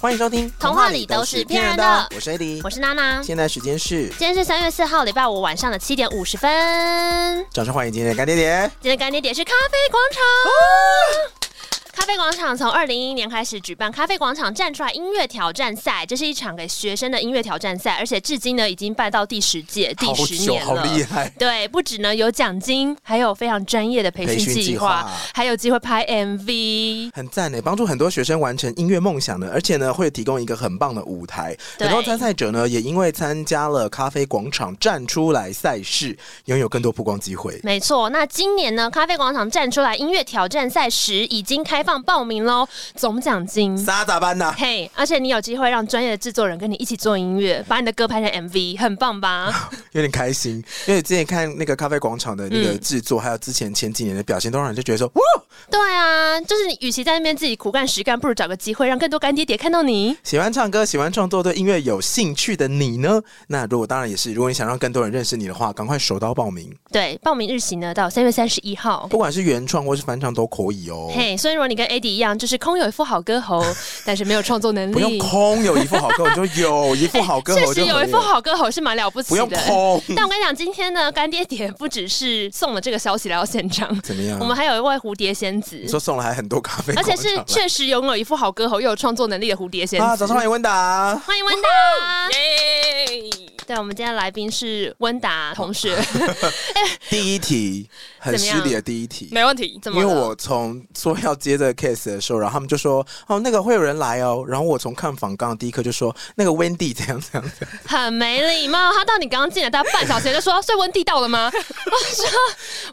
欢迎收听《童话里都是骗人的我是 AD，我是娜娜。现在时间是今天是三月四号，礼拜五晚上的七点五十分。掌声欢迎今天的干爹爹。今天干爹点是咖啡广场。咖啡广场从二零一一年开始举办咖啡广场站出来音乐挑战赛，这是一场给学生的音乐挑战赛，而且至今呢已经办到第十届、第好十久，年好了。厉害！对，不止呢有奖金，还有非常专业的培培训训计计划划，还有机会拍 MV。很赞呢，帮助很多学生完成音乐梦想的，而且呢，会提供一个很棒的舞台。对很多参赛者呢，也因为参加了咖啡广场站出来赛事，拥有更多曝光机会。没错，那今年呢，咖啡广场站出来音乐挑战赛时已经开放报名喽，总奖金。啥咋办呢？嘿而且你有机会让专业的制作人跟你一起做音乐，把你的歌拍成 MV，很 棒吧？有点开心，因为之前看那个咖啡广场的那个嗯制作，还有之前前几年的表现，都让人就觉得说，哇，对啊，就是你与其在那边自己苦干实干，不如找个机会让更多干爹爹看到你。喜欢唱歌、喜欢创作、对音乐有兴趣的你呢？那如果当然也是，如果你想让更多人认识你的话，赶快手刀报名，对，报名日期呢到三月三十一号。不管是原创或是翻唱都可以哦。嘿所以如果你跟 AD 一样，就是空有一副好歌喉， 但是没有创作能力，哎不用空有一副好歌，你就 有一副好歌，确我实就有一很副好歌喉是蛮了不起不的。用 空。但我跟你讲，今天呢，干爹点不只是送了这个消息来到现场，怎么样我？们还有一位蝴蝶仙子嗯你，说送了还很多咖啡 而广场且来，是确实拥有一副好歌喉又有创作能力的蝴蝶仙子。啊，早上欢迎温达。欢迎温达！耶！对，我们今天的来宾是温达同学，第一题很怎么失样礼的第一题， 没问题，怎因么为了？我从说要接这个 case 的时候，然后他们就说哦那个会有人来哦，然后我从看访刚的第一刻就说那个 Wendy 怎样怎样怎样，很没礼貌，他到你刚刚进来大概半小时就说，所以温蒂到了吗？ 我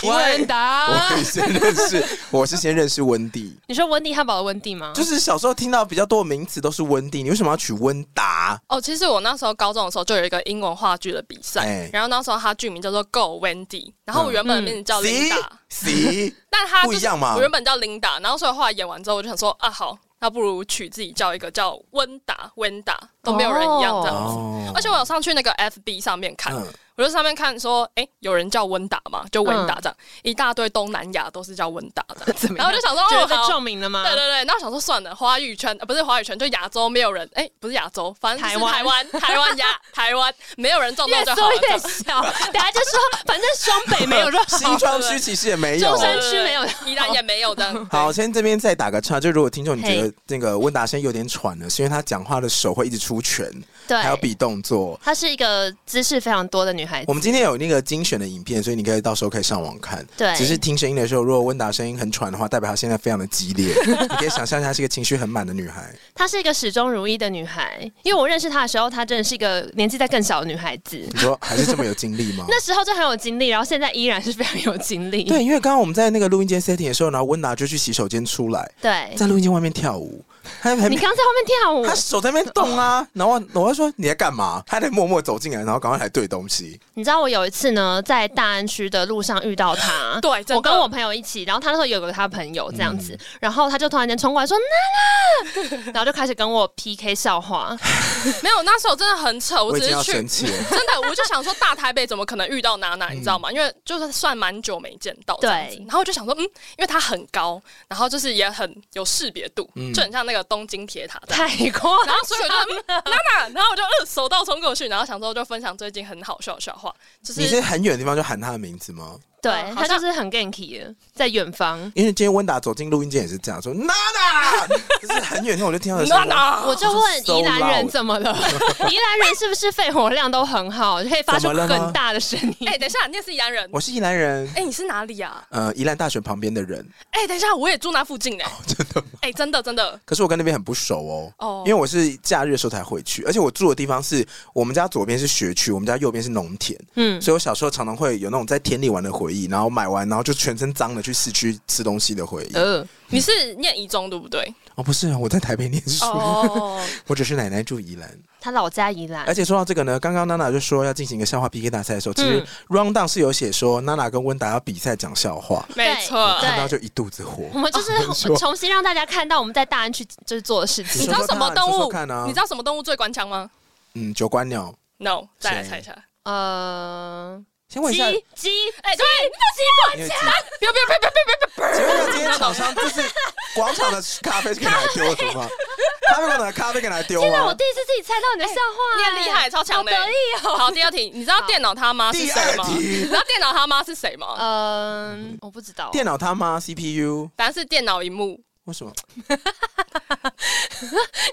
因说为温达我，先认 识，我是先认识温蒂，你说温蒂汉堡的温蒂吗？就是小时候听到比较多的名词都是温蒂，你为什么要取温达？哦，其实我那时候高中的时候就有一个英文话剧的比赛，哎然后那时候它剧名叫做《Go Wendy》，然后我原本嗯的名字叫行琳达，行，但它就是不一样嘛我原本叫琳达，然后所以后来演完之后，我就想说啊，好，那不如取自己叫一个叫温达、温达，都没有人一样这样 子。哦而且我有上去那个 FB 上面看，嗯我就上面看说，哎、有人叫温达嘛，就温嗯达这样，一大堆东南亚都是叫温达 的，怎么样然后我就想说，觉哦，得被好撞名了吗？对对对，那我想说算了，华语圈呃不是华语圈，就亚洲没有人，哎、不是亚洲，反正就是台台湾 台湾亚台湾没有人中到越就好缩了。这越样小， 等下就说，反正双北没有就好新庄了区其实也没有中。山对对对区没有就好宜兰也没有 这样。好，先这边再打个岔，就如果听众你觉得那个温达现在有点喘了，是因为他讲话的手会一直出拳，对，还有比动作。她是一个姿势非常多的女孩子我。们今天有那个精选的影片，所以你可以到时候可以上网看。对只是听声音的时候，如果温达声音很喘的话，代表她现在非常的激 烈。你可以想象一下，她是一个情绪很满的女孩。她是一个始终如一的女孩，因为我认识她的时候，她真的是一个年纪在更小的女孩子。你说还是这么有精力吗？那时候就很有精力，然后现在依然是非常有精力。对，因为刚刚我们在那个录音间 setting 的时候，然后温达就去洗手间出来，对，哎在录音间外面跳舞，他还你刚在后面跳他舞，手在那边动哦啊，然后我就说你在干嘛？他在默默走进来，然后赶快来对东西。你知道我有一次呢，在大安区的路上遇到她。对，真的我跟我朋友一起，然后她那时候有个她朋友这样嗯子，然后她就突然间冲过来说：“娜娜！” 然后就开始跟我 PK 笑话。没有，那时候真的很扯，我我已只经要是去生气了。 真的，我就想说大台北怎么可能遇到娜娜，你知道嗯吗？因为就是算蛮久没见到这样子对，然后我就想说，嗯，因为她很高，然后就是也很有识别度，嗯就很像那个东京铁塔这样。太夸然后所以我就张了嗯娜娜，然后我就嗯手到冲过去，然后想说就分享最近很好笑的笑话，就是你是很远的地方就喊他的名字吗？对嗯好他就像是很 ganky 的，在远方。因为今天温达走进录音间也是这样说，娜娜，就是很远，那我就听到的声 娜音。娜，我就问 so 宜兰 loud 人怎么了？ 宜兰人是不是肺活量都很好，可以发出怎么了吗更大的声音哎、？等一下，你也是宜兰人？我是宜兰人，哎、你是哪里啊？呃，宜兰大学旁边的人，哎、等一下，我也住那附近哎、哦真的吗？哎、真的真的可是我跟那边很不熟哦。哦，因为我是假日的时候才回去，而且我住的地方是我们家左边是学区，我们家右边是农田，嗯，所以我小时候常常会有那种在田里玩的回忆，然后买完然后就全身脏的去市区吃东西的回忆。呃，你是念一中对不对？哦，不是啊，我在台北念书，哦，我只是奶奶住宜兰。他老家宜兰而，且说到这个呢，刚刚娜娜就说要进行一个笑话 PK 大赛的时候，其实嗯 round down 是有写说娜娜跟温达要比赛讲笑话， 没错。对嗯看到就一肚子火。我们就是啊没错重新让大家看到我们在大安区就是做的事你你情知。道什么动说说物？看啊你知道什么动物最官腔吗嗯，九官鸟， ？No，再来谁猜一下。呃，先问一鸡下，鸡，哎、对，因为鸡不要不要不要不要不要！请问一下今天厂商就是广场的咖啡是可以拿来丢的吗？咖啡馆的咖啡给他丢天哪，我吗？第一次自己猜到你的笑话、你很厉害，超强好的得欸。意哦。好，第二题，你知道电脑他妈是第谁二吗？你题知，道电脑他妈是谁吗？嗯，我不知道，电脑他妈 CPU 反正是电脑荧幕。为什么你为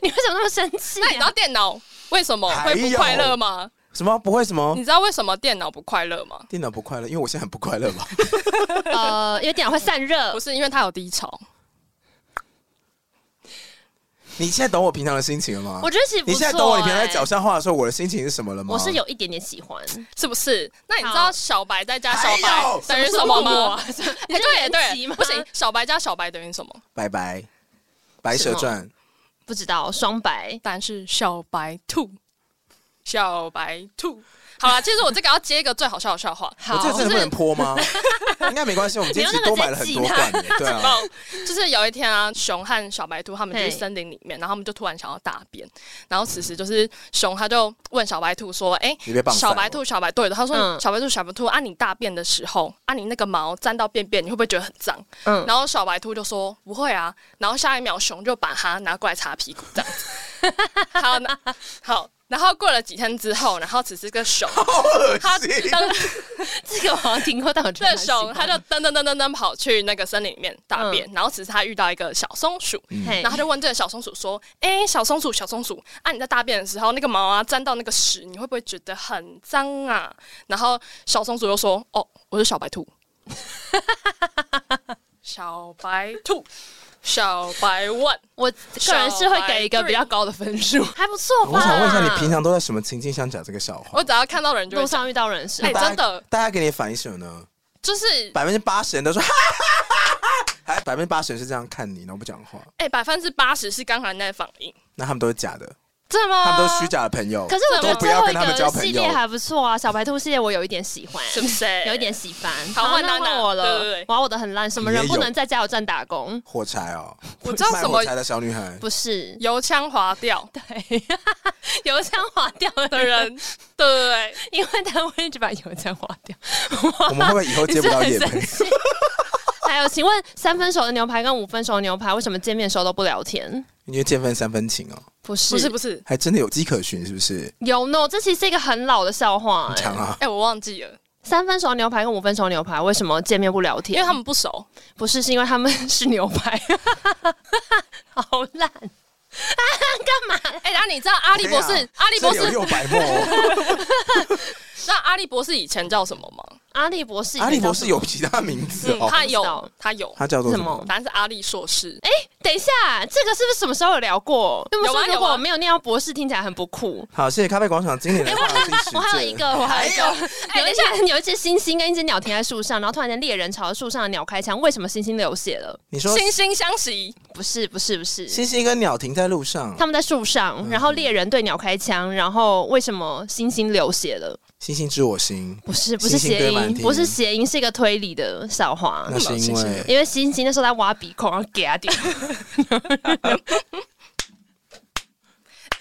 什么那么生气、那你知道啊？电脑为什么会不快乐吗？什么不会什么你知道为什么电脑不快乐吗？电脑不快乐？因为我现在很不快乐吧？呃，因为电脑会散热不，是因为它有低潮， 你现在懂我平常的心情了吗我？觉得其实不错、欸。你现在懂我你平常在讲笑话的时候我的心情是什么了啊吗？我是有一点点喜欢，是不是？那你知好道小白再加小还有白等于什 么吗？是我？哎，对对，吗？不行，小白加小白等于什么？拜拜。白蛇传，哦不知道双白 答案是小白兔，小白兔。好了，其实我这个要接一个最好笑的笑话，我哦这个真的不能泼吗？ 应该没关系，我们 今天其实多买了很多罐耶，对啊，就是有一天啊，熊和小白兔他们就去嘿森林里面，然后他们就突然想要大便，然后此时就是熊他就问小白兔说：“哎、你别绑小白兔，小白对的，他说、嗯小白兔，小白兔啊，你大便的时候啊，你那个毛沾到便便，你会不会觉得很脏？”嗯然后小白兔就说：“不会啊。”然后下一秒熊就把它拿过来擦屁股，这样子。 好，那好。然后过了几天之后，然后此时这个熊，好恶它心。当这个我好像听过，但我真这的蛮喜熊欢嗯它就噔噔噔噔噔跑去那个森林里面大便，然后此时它遇到一个小松鼠，嗯嘿然后他就问这个小松鼠说：“哎、小松鼠，小松鼠啊，你在大便的时候，那个毛啊沾到那个屎，你会不会觉得很脏啊？”然后小松鼠就说：“哦，我是小白 兔，小白兔，小白问，我个人是会给一个比较高的分数，还不错吧？我想问一下，你平常都在什么情境下讲这个笑话我？只要看到人就路会讲，上遇到人是哎、大家真的大家给你的反应是什么呢？就是百分之八十人都说哈 哈哈哈，还百分之八十人是这样看你，然后不讲话，哎，百分之八十是刚才那反应，那他们都是假的，真的吗他们都是虚假的朋友。啊可是我觉都得不最要后跟一他们交个朋友系列还不错啊，小白兔系列我有一点喜欢， 是不是？ 有一点喜欢。好换那娜娜换我了，对对对我要我的很烂，什么你也人不有能在加油站打工？火柴 哦，我知道卖什么火柴的小女孩，不是，油腔滑调油箱划掉的的 人，对对对。” 因为他会一直把油箱划 掉。 我们会不会以后接不到你夜是很配生？气。还有，请问三分熟的牛排跟五分熟的牛排，为什么见面时候都不聊天？因为见分三分情哦，不是，不是不是，还真的有迹可循，是不是？有 no，这其实是一个很老的笑话、很哎强啊！哎、我忘记了，三分熟的牛排跟五分熟的牛排，为什么见面不聊天？因为他们不熟。不是，是因为他们是牛排， 好烂。 哎、然后你知道阿阿笠博士，阿笠博士六百墨 哦，知道阿笠博士以前叫什么吗？阿笠博士，阿笠博士有其他名字哦，嗯他不知道有，他有，他叫做什嗯什么么？答案是阿笠硕士。哎、等一下，这个是不是什么时候有聊过？因为有啊说如有果啊我没有念到博士，听起来很不酷。好，谢谢咖啡广场今年的话题时间。 我还有一个，我还有一个，哎有一只有一只猩猩跟一只鸟停在树上，然后突然间猎人朝着树上的鸟开枪，为什么猩猩流血了？你说惺惺相惜，不是，不是，不是，星星跟鸟停在路上，他们在树上，然后猎人对鸟开枪，然后为什么猩猩流血了？星星知我心，不是，不是猩猩谐对满音，天不是谐音，是一个推理的笑话。那是因那么有为因为星星那时候在挖鼻孔，然后给他点。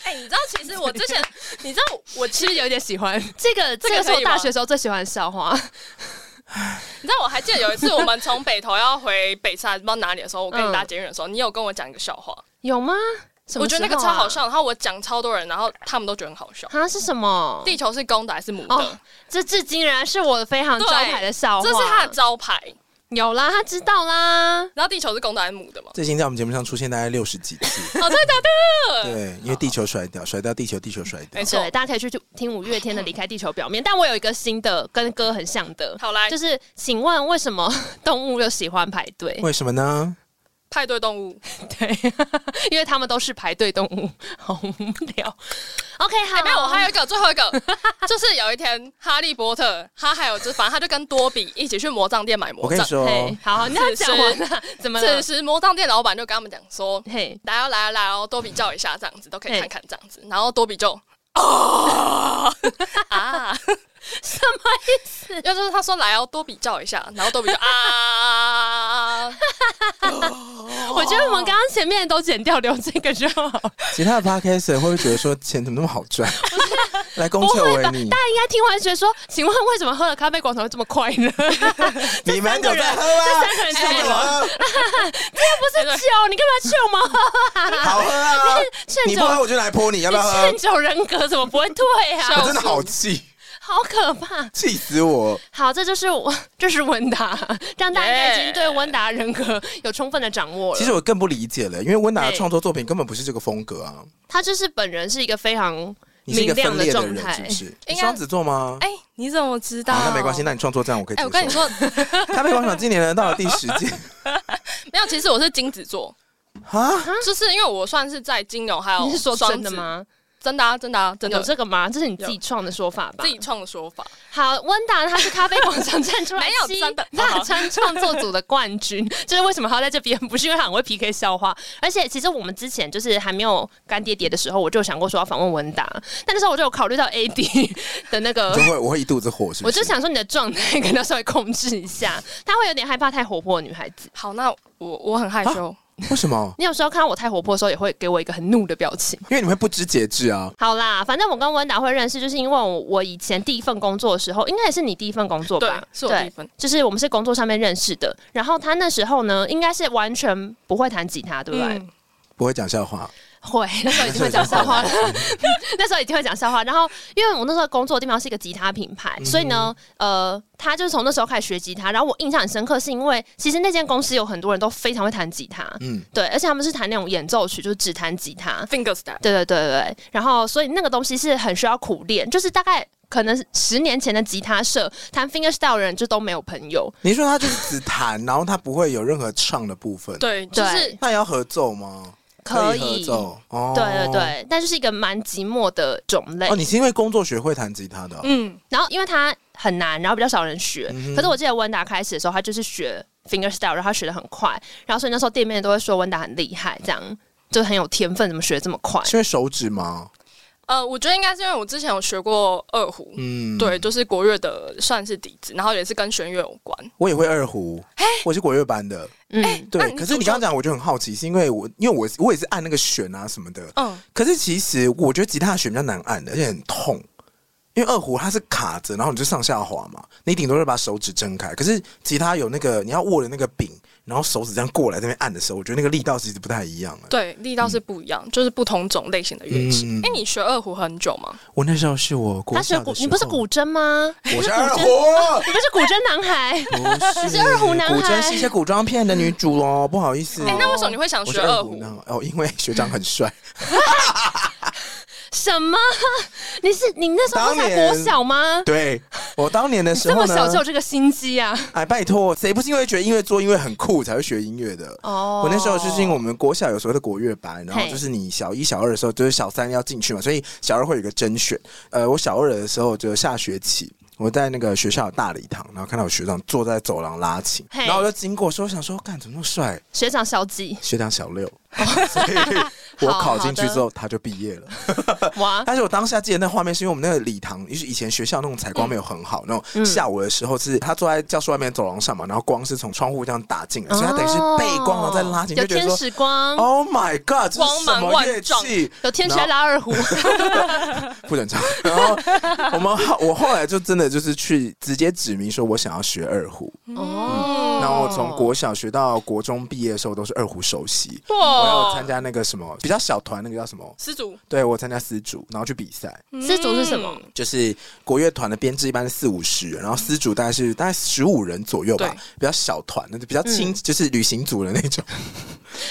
哎、你知道其实我之 前，你知道我其实有，有点喜欢 这个，这这个个是可我以吗大学时候最喜欢的笑话。你知道我还记得有一次我们从北投要回北山，不知道哪里的时候，我跟嗯你搭捷运的时候，你有跟我讲一个笑话，有吗？什么我觉得那个时候超啊好笑，然后我讲超多人，然后他们都觉得很好笑。啊！是什么？地球是公的还是母的？哦，这至今仍然是我非常招牌的笑话。这是他的招牌。有啦，他知道啦。然后地球是公的还是母的嘛？最近在我们节目上出现大概六十 几次，哦，真的假的？对，因为地球甩掉，甩掉地球，地球甩掉没。错对，大家可以去听五月天的《离开地球表面》，但我有一个新的跟歌很像的，好来，就是请问为什么动物又喜欢排队？为什么呢？派对动物。对，因为他们都是排队动物，好无聊。OK，好，哎，没有，我还有一个，最后一个，就是有一天，哈利波特他还有就反正他就跟多比一起去魔杖店买我魔跟你杖。说，哦嘿，好，你要讲完了，怎么了此？时魔杖店老板就跟他们讲说嘿：“，来哦，来哦，来哦，多比叫一下，这样子都可以嘿看看这样子。”然后多比就啊 啊，什么意思？要 就是他说来哦，多比叫一下，然后多比就啊，我我觉得我们刚刚前面都剪掉，留这个就好。其他的 podcast 会不会觉得说钱怎么那么好赚？来 不攻会克吧？维大家尼应，该听完觉得说，请问为什么喝了咖啡广场会这么快呢？ 你们有在喝这吗？三个人是不太是有了，喝这不是酒，你干嘛劝我们喝啊？好喝 啊！劝 你不酒，喝我就来泼你，要不要喝劝？酒人格怎么不会退我 啊？真的好气，好可怕！气死我！好，这就是我，这是温达，这样大家应该已经对温达人格有充分的掌握了。其实我更不理解了，因为温达的对创作作品根本不是这个风格啊。他就是本人是一个非常你是一个明亮分裂状人，态是不是？该你双子座吗？ 哎、你怎么知道？好，啊那没关系，那你创作这样我可以接哎、我跟你受。说，咖啡广场今年呢到了第十 届没有，其实我是金子座，啊，就是因为我算是在金牛还有你是说双真的子？吗？真的啊，真的啊，真有的，这个吗？这哎是你自己创的说法吧？自己创的说法。好，温达他是咖啡广场站出来，没有真 的大川创作组的冠军，这是为什么他在这边？不是因为他很会 PK 笑话，而且其实我们之前就是还没有干爹爹的时候，我就有想过说要访问温达，但那时候我就有考虑到 AD 的那个就会我会一肚子火，是不我是？就想说你的状态可能要稍微控制一下，她会有点害怕太活泼的女孩子。好，那我我很啊害羞，为什么？你有时候看到我太活泼的时候，也会给我一个很怒的表情。因为你会不知节制啊。好啦，反正我跟温达会认识，就是因为我我以前第一份工作的时候，应该也是你第一份工作对吧？，是我第一份。就是我们是工作上面认识的。然后他那时候呢，应该是完全不会弹吉他，对不对？嗯不会讲笑话，会，那时候已经会讲笑话了， 那时候已经会讲笑话。然后，因为我那时候工作的地方是一个吉他品牌，所以呢，呃，他就是从那时候开始学吉他。然后我印象很深刻，是因为其实那间公司有很多人都非常会弹吉他， 嗯，对，而且他们是弹那种演奏曲，就是只弹吉他。 finger style，对对对对对，然后所以那个东西是很需要苦练，就是大概可能十年前的吉他社弹 finger style 的人就都没有朋友，你说他就是只弹，然后他不会有任何唱的部分。，对，就是那要合奏吗？可合以，奏哦。对对。对，但就是一个蛮寂寞的种类。哦，你是因为工作学会弹吉他的哦、嗯，然后因为它很难，然后比较少人学。嗯哼可是我记得温达开始的时候，他就是学 finger style，然后他学的很快，然后所以那时候店面都会说温达很厉害，这样就很有天分，怎么学得这么快？是因为手指吗？呃，我觉得应该是因为我之前有学过二胡，嗯，对，，就是国乐的算是底子，然后也是跟弦乐有关。我也会二胡，我是国乐班的。嗯，那对，你可是怎你么刚刚讲，我就很好奇，是因为我因为我我也是按那个弦啊什么的，嗯，可是其实我觉得吉他的弦比较难按的，而且很痛，因为二胡它是卡着，然后你就上下滑嘛，你顶多是把手指撑开。可是吉他有那个你要握的那个柄，然后手指这样过来这边按的时候，我觉得那个力道其实不太一样啊了。对，力道是不一样，就是不同种类型的乐器。嗯嗯嗯嗯哎、你学二胡很久吗？我那时候是我国他学小古的，时候你不是古筝吗？ 我是二胡，你不是古筝男孩？不是 二胡男孩古筝是一些古装片的女主哦，不好意思。哎、那为什么你会想我学是二二胡胡？呢？哦，因为学长很帅， 什么？ 你是你那时候当才年国小吗？对我当年的时这候么呢，小就有这个心机啊！哎，拜托，谁不是因为觉得音乐做音乐很酷才会学音乐的？哦我那时候就是因为我们国小有所谓的国乐班，然后嘿就是你小一、小二的时候，就是小三要进去嘛，所以小二会有一个甄选。呃，我小二的时候就下学期。我在那个学校的大礼堂，然后看到我学长坐在走廊拉琴，嘿然后我就经过，说想说，干怎么那么帅？学长 小几学长小 六，所以我考进去之后他就毕业了。哇！但是我当下记得那画面，是因为我们那个礼堂，就是以前学校那种采光没有很好，那种嗯下午的时候是他坐在教室外面走廊上嘛，然后光是从窗户这样打进来，所以他等于是背光然后在拉近，哦有就觉天得说使光， ，Oh my God，这是什光芒么万乐丈器？有天使在拉二胡。不准唱。然后 我们后我后来就真的就是去直接指明说我想要学二胡，哦 然后我从国小学到国中毕业的时候都是二胡首席。哦我哇有参加那个什么比较小团，那个叫什么？丝竹，对我参加丝竹，然后去比赛。丝竹是什么嗯？就是国乐团的编制一般是四五十人，然后丝竹大概是大概十五人左右吧，对嗯比较小团，那就比较轻，就是旅行组的那种。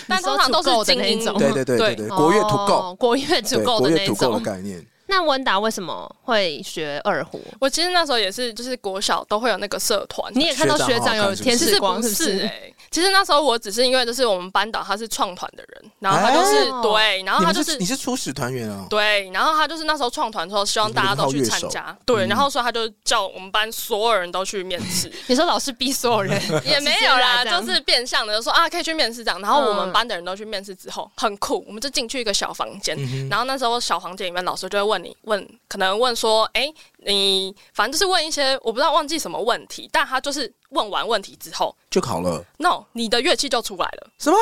但通常都是精英你说土狗的那种对对对对对，国乐土哦够，国乐土对够国的乐那土够的种。概念。那温达为什么会学二胡？我其实那时候也是，就是国小都会有那个社团，你也看到学长有天其使实光，是不不是哎、是？欸其实那时候我只是因为就是我们班导他是创团的人，然后他就是、哎对，然后你他们就是你是初始团员哦，对，然后他就是那时候创团之后，希望大家都去参加，对，然后所以他就叫我们班所有人都去面试，你说老师逼所 有人 也没有啦，直接来这样就是变相的就说啊可以去面试这样，然后我嗯们班的人都去面试之后，很酷，我们就进去一个小房间，嗯哼然后那时候小房间里面老师就会问问你问，可能问说，哎、你反正就是问一些我不知道忘记什么问题，但他就是问完问题之后就考了，no，你的乐器就出来了。什么？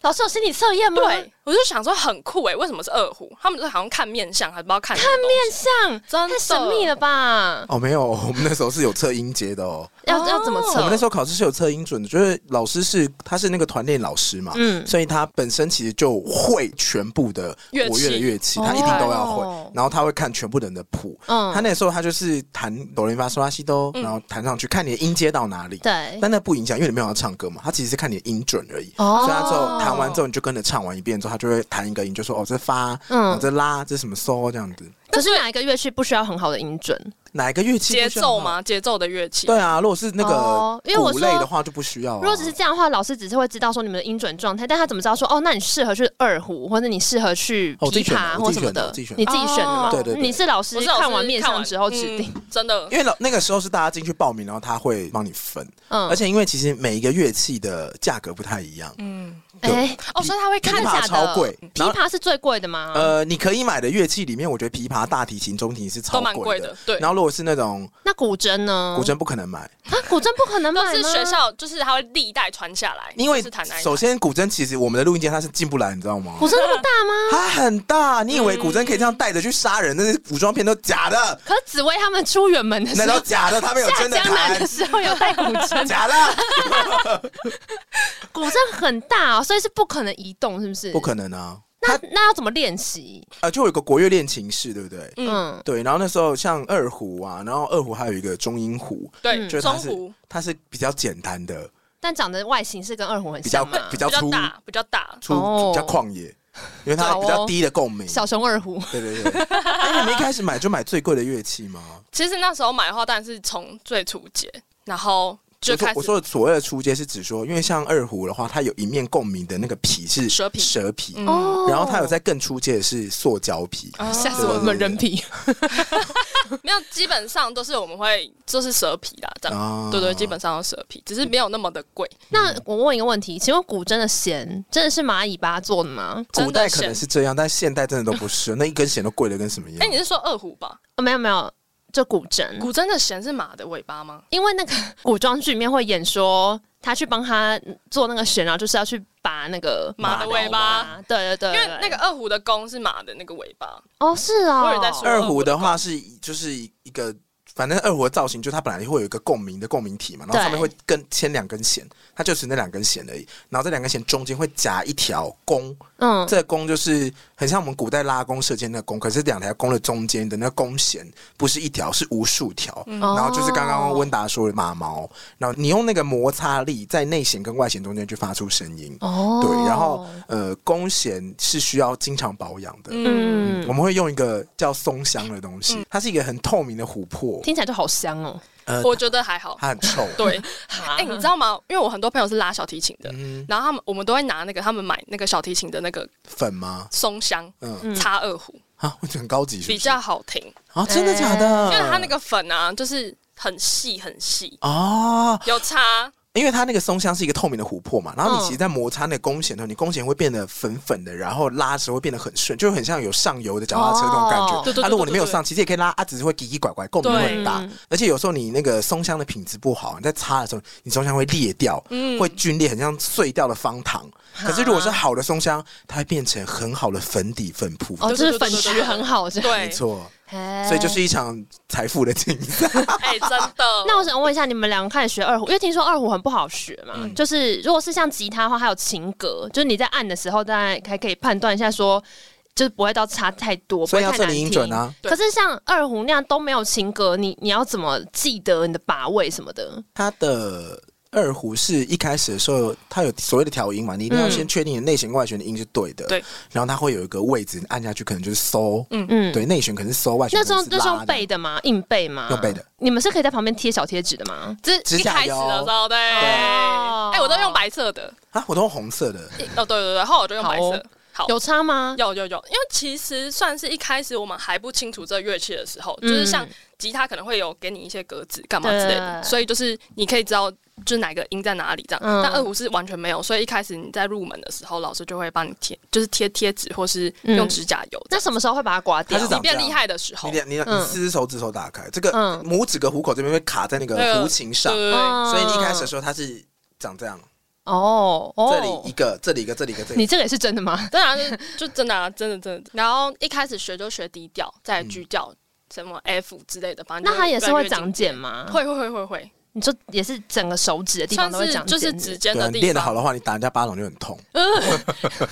老师有心理测验吗？对，我就想说很酷哎、为什么是二胡？他们就是好像看面相，还不知道看看面面真相的太神秘了吧？哦，没有，我们那时候是有测音阶的哦。要要怎么我嗯测们那？时候考试是有测音准的，就是老师是他是那个团练老师嘛，嗯所以他本身其实就会全部的乐器国乐的乐器，哦他一定都要会，哦然后他会看全部人的谱。嗯他那时候他就是弹哆来咪发嗦拉西哆，嗯然后弹上去看你的音阶到哪里。对，但那不影响，因为你没有要唱歌嘛，他其实是看你的音准而已。哦所以他之后弹完之后，你就跟着唱完一遍之后，他就会弹一个音，就说哦，这发，嗯嗯，这拉，这什么嗦这样子。可是哪一个乐器不需要很好的音准？哪一个乐器节不需要吗奏？吗？节奏的乐器，对啊，如果是那哦因为个我鼓类说的话就不需要啊。如果只是这样的话，老师只是会知道说你们的音准状态，但他怎么知道说哦，那你适合去二胡，或者你适合去哦我自琵己选的琶我或自己什么选的的我自己选？的你自己选的吗？哦对对对你是老师我是老师看完面看相之后指嗯定，真的因为老那个时候是大家进去报名，然后他会帮你分，嗯，而且因为其实每一个乐器的价格不太一样，嗯对哎，哦，所以他会琵看真的琶假的超贵，然琵后琶是最贵的吗？呃，你可以买的乐器里面，我觉得琵琶、大提琴、中提是超嗯都蛮贵贵的，对。嗯然后如果是那种那古筝呢？古筝不可能买，啊，古筝不可能都买是吗学校，就是他会历代传下来，因为就是弹那一首首先古筝其实我们的录音间它是进不来，你知道吗古？筝那么大吗？它很大，你以为古筝可以这嗯样带着去杀人？那些古装片都假的， 可是紫薇他们出远门的时那都候，假的，他们有下真的江南弹的，时候有带古筝，假的， 古筝很大、哦，所以是不可能移动，是不是？不。可能啊！那他那要怎么练习？呃，就有一个国乐练琴室，对不对？嗯，对，然后那时候像二胡啊，然后二胡还有一个中音胡，对就是嗯中它是胡它是比较简单的，但长得外形是跟二胡很比较像嘛？比较比较粗大，比较大，粗、哦比较旷野，因为它好哦比较低的共鸣。小熊二胡，对对对，哎，你们一开始买就买最贵的乐器吗？其实那时候买的话，当然是从最初阶，然后就我说开我始说的所谓的初阶是指说，因为像二胡的话，它有一面共鸣的那个皮是蛇皮蛇皮，嗯哦然后它有在更初阶的是塑胶皮。 哦吓死我们人皮，没有，基本上都是我们会就是蛇皮啦，这样。啊对对，基本上都是蛇皮，只是没有那么的贵。 那我问一个问题，请问古筝的弦真的是蚂蚁巴做的吗？古代真的可能弦是这样，但现代真的都不是，那一根弦都贵的跟什么一哎，样你。是说二胡吧？哦，没有没有，就古嗯筝，古筝的弦是马的尾巴吗？因为那个古装剧里面会演说，他去帮他做那个弦，然后就是要去拔那个马的尾巴，嗯啊，对对对因对为那个二胡的弓是马的那个尾巴。哦是啊，我有人在说二胡的话是一就是一个，反正二胡的造型就它本来会有一个共鸣的共鸣体嘛，然后对上面会跟牵两根弦，它就是那两根弦而已。然后这两根弦中间会夹一条弓，嗯，这个弓就是很像我们古代拉弓射箭那个弓，可是两条弓的中间的那个弓弦不是一条，是无数条。然后就是刚刚温达说的马毛，然后你用那个摩擦力在内弦跟外弦中间去发出声音。哦，对，然后呃，弓弦是需要经常保养的。嗯，嗯我，们会用一个叫松香的东西，它是一个很透明的琥珀，听起来就好香哦，呃，我觉得还好。它很臭。对， 哎哎，你知道吗？因为我很多朋友是拉小提琴的，嗯，然后他们我们都会拿那个他们买那个小提琴的那个粉吗？松香嗯，擦二胡，啊，我觉得很高级是不是，比较好听，因啊，真的假的？为它那个粉啊，就是很细很细，哦，有 擦。因为它那个松香是一个透明的琥珀嘛，然后嗯你其实，在摩擦那个弓弦的时候，你弓弦会变得粉粉的，然后拉的时候会变得很顺，就很像有上油的脚踏车那种感哦觉。对对对啊如果你没有对对上，其实也可以拉，它只是会叽叽拐拐，共鸣会很大对嗯。而且有时候你那个松香的品质不好，你在擦的时候，你松香会裂掉，嗯会皲裂，很像碎掉的方糖。可是如果是好的松香，它会变成很好的粉底粉扑。哦，对就是对对粉对对局对很好，这样，没对，错，嘿所以就是一场财富的竞赛。哎，真的。那我想问一下，你们两个开始学二胡，因为听说二胡很不好学嘛，嗯就是如果是像吉他的话，还有琴格，就是你在按的时候，大概还可以判断一下说，就是不会到差太多，不所会以要太测难你听。音准啊。对可是像二胡那样都没有琴格，你你要怎么记得你的把位什么的？它的二胡是一开始的时候，它有所谓的调音嘛，你一定要嗯先确定你的内弦外弦的音是对的，对，然后它会有一个位置，你按下去可能就是收，嗯，对，内弦可能是收，外弦那可时候能是那时候拉的。背的吗？硬背吗？用背的。你们是可以在旁边贴小贴纸的吗？这指一甲开始油的时候，对，哦哎，我都用白色的，啊，我都用红色的，哦，对对对，后来我就用白好哦色，好，有差吗？有有有，因为其实算是一开始我们还不清楚这乐器的时候，就是像吉他可能会有给你一些格子干嘛之类的，对所以就是你可以知道就是哪个音在哪里这样。嗯但二胡是完全没有，所以一开始你在入门的时候，老师就会帮你贴，就是贴贴纸或是用嗯指甲油那这样。什么时候会把它刮掉它？是你长变这样厉害的时候你，两你两嗯你四只手指头打开，这个嗯拇指跟虎口这边会卡在那那个个胡琴上，对嗯所以你一开始的时候它是长这样，哦哦，这里一个，这里一个，这里一个，这里一你个。这个也是真的吗？当然就真的、啊，真的真的。然后一开始学就学低调，再居调、什么 F 之类的，反正那它也是会长茧，茧吗？，会会会会会，你说也是整个手指的地方算都会是长茧，就是指尖对啊，的你地练得好方，的话，你打人家巴掌就很痛。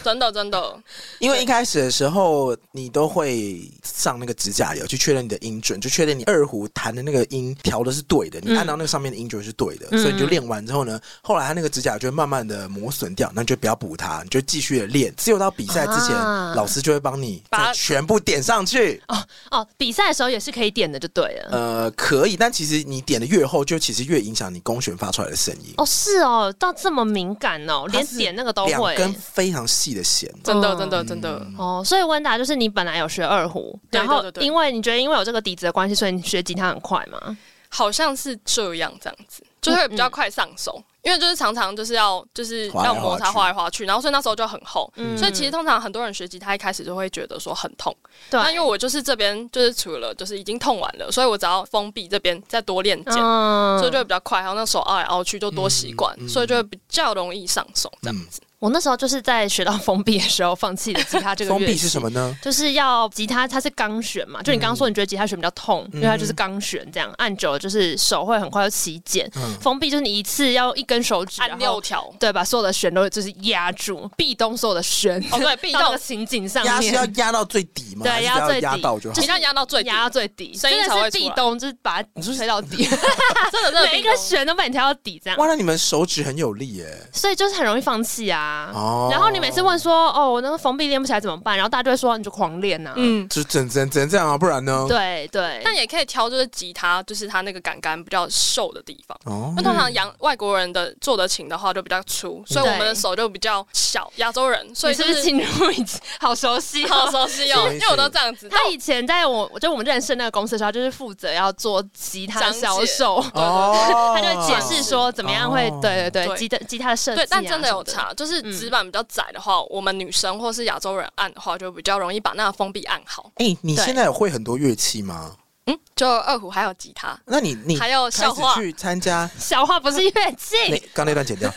真的真的。因为一开始的时候，你都会上那个指甲油去确认你的音准，就确认你二胡弹的那个音调的是对的，你按到那个上面的音准是对的，嗯所以你就练完之后呢，后来它那个指甲油就会慢慢的磨损掉，那你就不要补它，你就继续的练，只有到比赛之前，啊老师就会帮你把再全部点上去。哦，比赛的时候也是可以点的，就对了。呃，可以，但其实你点的越厚，就其实越影响你弓弦发出来的声音。哦，是哦，到这么敏感哦，连它是点那个都两会根非常细的弦，真的，嗯真的，真的，哦。所以温达就是你本来有学二胡，对然后对对对因为你觉得因为有这个底子的关系，所以你学吉他很快嘛。好像是这样，这样子就会比较快上手，嗯因为就是常常就是要就是划来要摩擦划去划来划去，然后所以那时候就很厚，嗯所以其实通常很多人学吉他一开始就会觉得说很痛，对，那因为我就是这边就是除了就是已经痛完了，所以我只要封闭这边再多练茧。嗯所以就会比较快，然后那手凹来凹去就多习嗯惯，所以就会比较容易上手这样子。我那时候就是在学到封闭的时候放弃了吉他这个乐封器。闭是什么呢？就是要吉他，它是钢弦嘛，就嗯你刚刚说你觉得吉他弦比较痛，因为它就是钢弦，这样按久了就是手会很快就起茧。嗯封闭就是你一次要一根手指，啊按然六后条，对，把所有的弦都就是压住，壁咚所有的弦，哦对壁咚到那个情景上压是要面，压到最底吗？对啊还是要压到最压底到就好就你是。要压到最低，压到最底，声音真的才会是出壁来咚，就是把它吹到底， 真的真的 每一壁咚个弦都把你调到底，这样哇，，那你们手指很有力耶！所以就是很容易放弃啊。哦，然后你每次问说，哦，我那个封闭练不起来怎么办？然后大家就会说，你就狂练呐。嗯，嗯，就整整整这样啊，不然呢？对对。但也可以挑就是吉他，就是它那个杆杆比较瘦的地方。哦那，通常洋外国人的做的琴的话就比较粗，所以我们的手就比较小，亚洲人，所以你就是不是是进入已经好熟悉哦？ 好熟悉哦，是因为我都这样子。他以前在我，就我们认识那个公司的时候，他就是负责要做吉他销售，哦他就会解释说怎么样会，哦对对对，对吉他吉他的设计、啊，对，但真的有 什么差，就是嗯指板比较窄的话，我们女生或是亚洲人按的话，就比较容易把那个封闭按好。哎，你对现在有会很多乐器吗？嗯，就二胡还有吉他，那你你还有开笑始话去参加的。小话不是乐那器，刚那段剪 掉，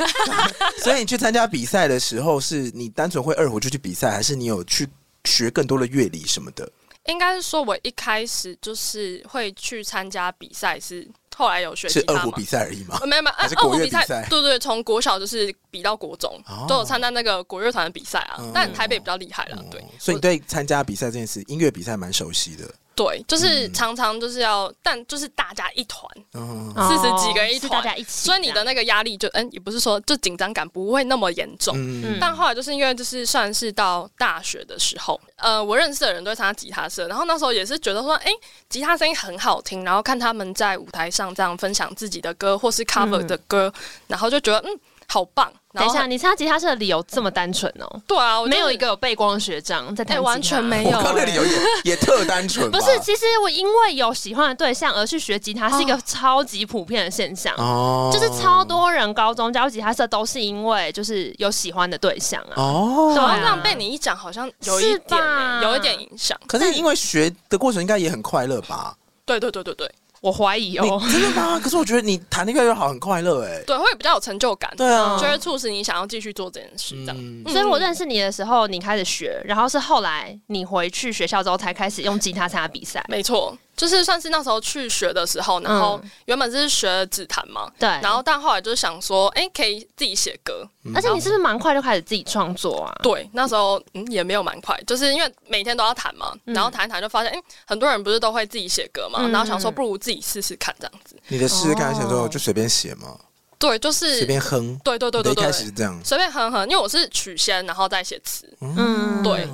所以你去参加比赛的时候，是你单纯会二胡就去比赛，还是你有去学更多的乐理什么的？应该是说我一开始就是会去参加比赛，是后来有学是吉二他胡嘛比。赛而已吗？呃没有没有，还二是二国胡乐比赛比赛，对对，从国小就是比到国中哦，都有参加那个国乐团的比赛啊哦。但台北比较厉害啦，对哦所以你对参加比赛这件事，音乐比赛蛮熟悉的。对，就是嗯常常就是要，但就是大家一团，嗯，哦40几个人一是团大家一起这所以样，你的那个压力就嗯，也不是说就紧张感不会那么严重。嗯但后来就是因为就是算是到大学的时候，呃，我认识的人都会参加吉他社，然后那时候也是觉得说，哎、吉他声音很好听，然后看他们在舞台上这样分享自己的歌或是 cover 嗯的歌，然后就觉得嗯，好棒。然等一后下，你参加吉他社的理由这么单纯哦？对啊，我就没有一个有背光的学长在弹哎、吉他，完全没我有、哎刚那里有也也特单纯吧，不是，其实我因为有喜欢的对象而去学吉哦他，是一个超级普遍的现象。哦就是超多人高中加入吉他社都是因为就是有喜欢的对象啊，哦对好啊像这样被你一讲，好像有一是点吧欸、有一点影响。可是因为学的过程应该也很快乐吧？对对对对对我怀疑哦，你真的 吗？可是我觉得你弹的越来越好，很快乐哎。对，会比较有成就感，对啊就会促使你想要继续做这件事。这样，嗯，所以我认识识你的时候，你开始学，然后是后来你回去学校之后才开始用吉他参加比赛。没错，就是算是那时候去学的时候，然后嗯原本是学指弹嘛，对，然后但后来就是想说，哎、可以自己写歌。而且你是不是蛮快就开始自己创作啊？对，那时候嗯也没有蛮快，就是因为每天都要弹嘛，然后弹一弹就发现，哎、很多人不是都会自己写歌嘛，嗯然后想说不如自己试试看这样子。你的试试看，哦想说就随便写嘛，对，就是随便哼。对对对对你的一对开，始是这样。随便哼哼，因为我是曲先，然后再写词。嗯，对，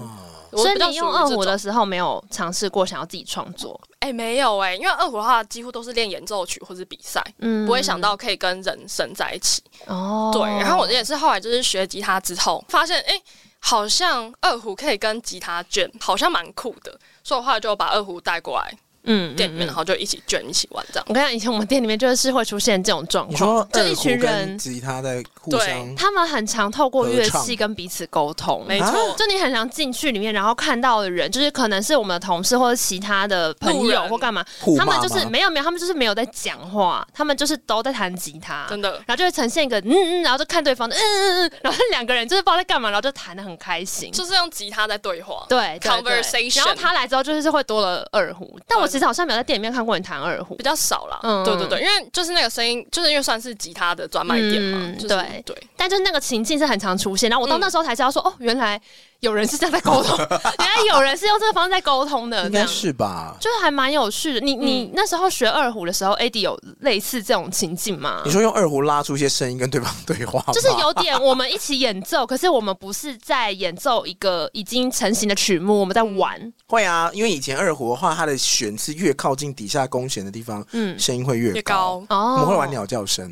我所比以较你属于用二这胡的种，时候没有尝试过想要自己创作，哎、没有哎、因为二胡的话几乎都是练演奏曲或是比赛，嗯不会想到可以跟人生在一起。哦。对，然后我也是后来就是学吉他之后，发现哎、诶好像二胡可以跟吉他卷，好像蛮酷的，所以我后来就把二胡带过来，嗯，店里面，嗯然后就一起卷一起玩这样。我跟你讲，以前我们店里面就是会出现这种状你况说，就二一胡群跟人，吉他在互对相，他们很常透过乐合唱器跟彼此沟通，没错，啊就你很常进去里面，然后看到的人，就是可能是我们的同事或者其他的朋路友人或干嘛，互他骂们就是吗没有没有，他们就是没有在讲话，他们就是都在弹吉他，真的。然后就会呈现一个嗯嗯，然后就看对方的嗯嗯嗯，然后两个人就是不知道在干嘛，然后就弹的很开心。就是用吉他在对话，对对对 conversation 然后他来之后就是会多了二胡，但我其实好像没有在店里面看过你弹二胡比。较少啦。嗯对对对，因为就是那个声音，就是因为算是吉他的专卖店嘛，嗯就是对对，但就是那个情境是很常出现，然后我到嗯那时候才知道说，哦，原来有人是这样在沟通， 原来有人是用这个方式在沟通的，应这该样是吧？就是还蛮有趣的。你嗯你那时候学二胡的时候，AD 有类似这种情境吗你？说用二胡拉出一些声音跟对方对话吗，就是有点我们一起演奏，可是我们不是在演奏一个已经成型的曲目，我们在玩。会啊，因为以前二胡的话，它的弦是越靠近底下弓弦的地方，嗯，声音会越越高。高，哦，我们会玩鸟叫 声，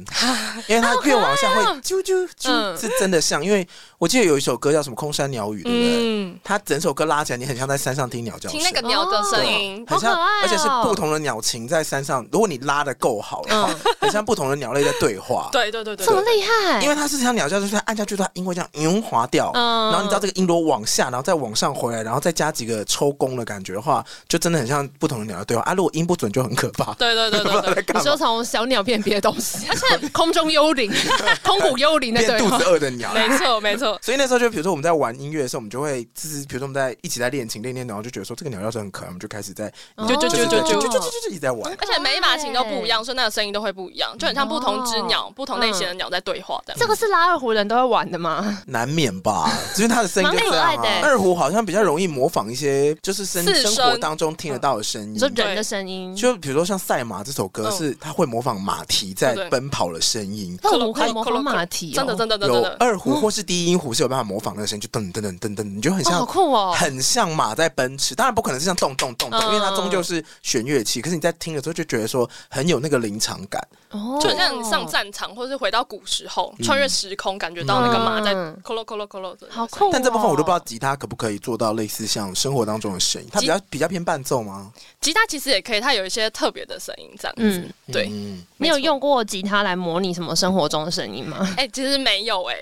因为它越往下会啾啾嗯啾，是真的像。因为我记得有一首歌叫什么《空山鸟语》，对不对？嗯，它整首歌拉起来，你很像在山上听鸟叫声，听那个鸟的声音，好很可爱像哦，而且是不同的鸟禽在山上。如果你拉的够好的嗯话，很像不同的鸟类在对话。对对对对 这么对，厉害，因为它是像鸟叫，就是它按下去，它音会这样嗯滑掉，嗯然后你知道这个音螺往下，然后再往上回来，然后再加几个抽弓的感觉的话，就真的很像不同的鸟的对话啊。如果音不准就很可怕，对对 对不知对道对在对，干你说嘛。从小鸟变别的东 西，而且空中幽灵、空谷幽灵的变对肚话子，饿的鸟，没错没错，所以那时候就比如说我们在玩音乐的时候，我们就会就是比如说我们在一起在练琴练练，然后就觉得说这个鸟叫声很可爱，我们就开始在哦就就就是就在就就就就就就一直在玩。而且每一把琴都不一样，所以那个声音都会不一样，就很像不哦同只鸟、不同类型的嗯鸟在对话这样。这个是拉二胡人都会玩的吗？难免吧，因为它的声音就这样蛮可爱啊。的二胡好像比较容易模仿一些就是生四声生活当中听得到的声音嗯你，说人的声音，就比如说像《赛马》这首歌，嗯是它会模仿马蹄在哦对对奔跑的声音。那我们可以模仿马蹄哦，真的真的真的有真的，二胡或是低音胡是有办法模仿那个声音，就噔噔噔噔噔，你就很哦，好像酷哦，很像马在奔驰。当然不可能是像咚咚咚咚，嗯因为它终究是弦乐器。可是你在听的时候就觉得说很有那个临场感。哦就很像你上战场或是回到古时候，穿越时空，感觉到那个马在嗯 colo colo colo 的那个声音，好酷哦，但这部分我都不知道吉他可不可以做到类似像生活当中的声音，它比较比较偏伴奏吗？吉他其实也可以，它有一些特别的声音这样子。嗯，对，嗯，你有用过吉他来模拟什么生活中的声音吗？哎、其实没有哎、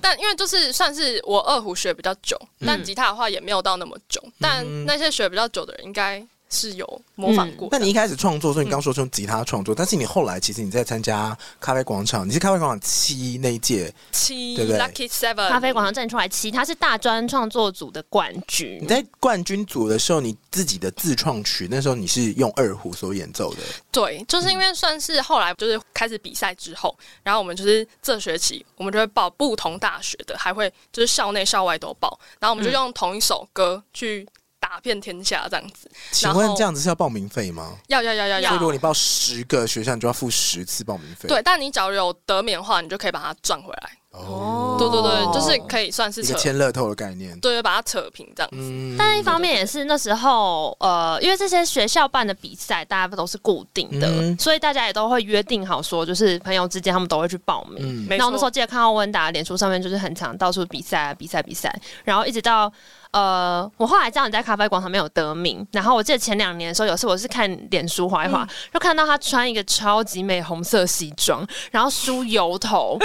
但因为就是算是我二胡学比较久，嗯但吉他的话也没有到那么久。但那些学比较久的人应该是有模仿过的。嗯那你一开始创作的时候，你刚说是用吉他创作，但是你后来其实你在参加咖啡广场，你是咖啡广场七那一届，七对不对 Lucky 呃 Seven 咖啡广场站出来，其他是大专创作组的冠嗯军你。在冠军组的时候，你自己的自创曲，那时候你是用二胡所演奏的，对，就是嗯因为算是后来就是开始比赛之后，然后我们就是这学期我们就会报不同大学的，还会就是校内校外都报，然后我们就嗯用同一首歌去打遍天下这样子。请然后问这样子是要报名费吗？要要要要所以如要。果你报十个学校，你就要付十次报名费。对，但你假如有得免的话，你就可以把它赚回来。哦对对哦对，就是可以算是一个扯签乐透的概念。对，把它扯平这样子。嗯但一方面也是那时候，呃，因为这些学校办的比赛，大家都是固定的，嗯所以大家也都会约定好说，就是朋友之间他们都会去报名。嗯，没然后那时候错，记得看到温达脸书上面就是很常到处比赛啊，比赛比赛，然后一直到呃，我后来知道你在咖啡广场没有得名，然后我记得前两年的时候，有次我是看脸书滑一嗯滑，就看到他穿一个超级美红色西装，然后梳油头，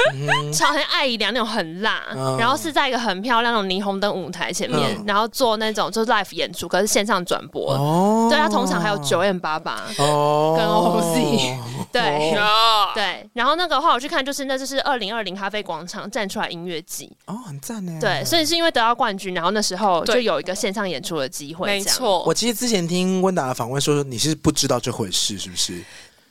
超很像艾姨娘那种很辣，嗯然后是在一个很漂亮那种霓虹灯舞台前面，嗯然后做那种就是 live 演出，可是线上转播，哦对他同场还有九 M 八八，哦跟 OZ 对。啊，对，然后那个话我去看，就是那就是二零二零咖啡广场站出来音乐季，哦，很赞呢。对，所以是因为得到冠军，然后那时候就对有一个线上演出的机会，没这样，我错。其实之前听温达的访问说，你是不知道这回事，是不是？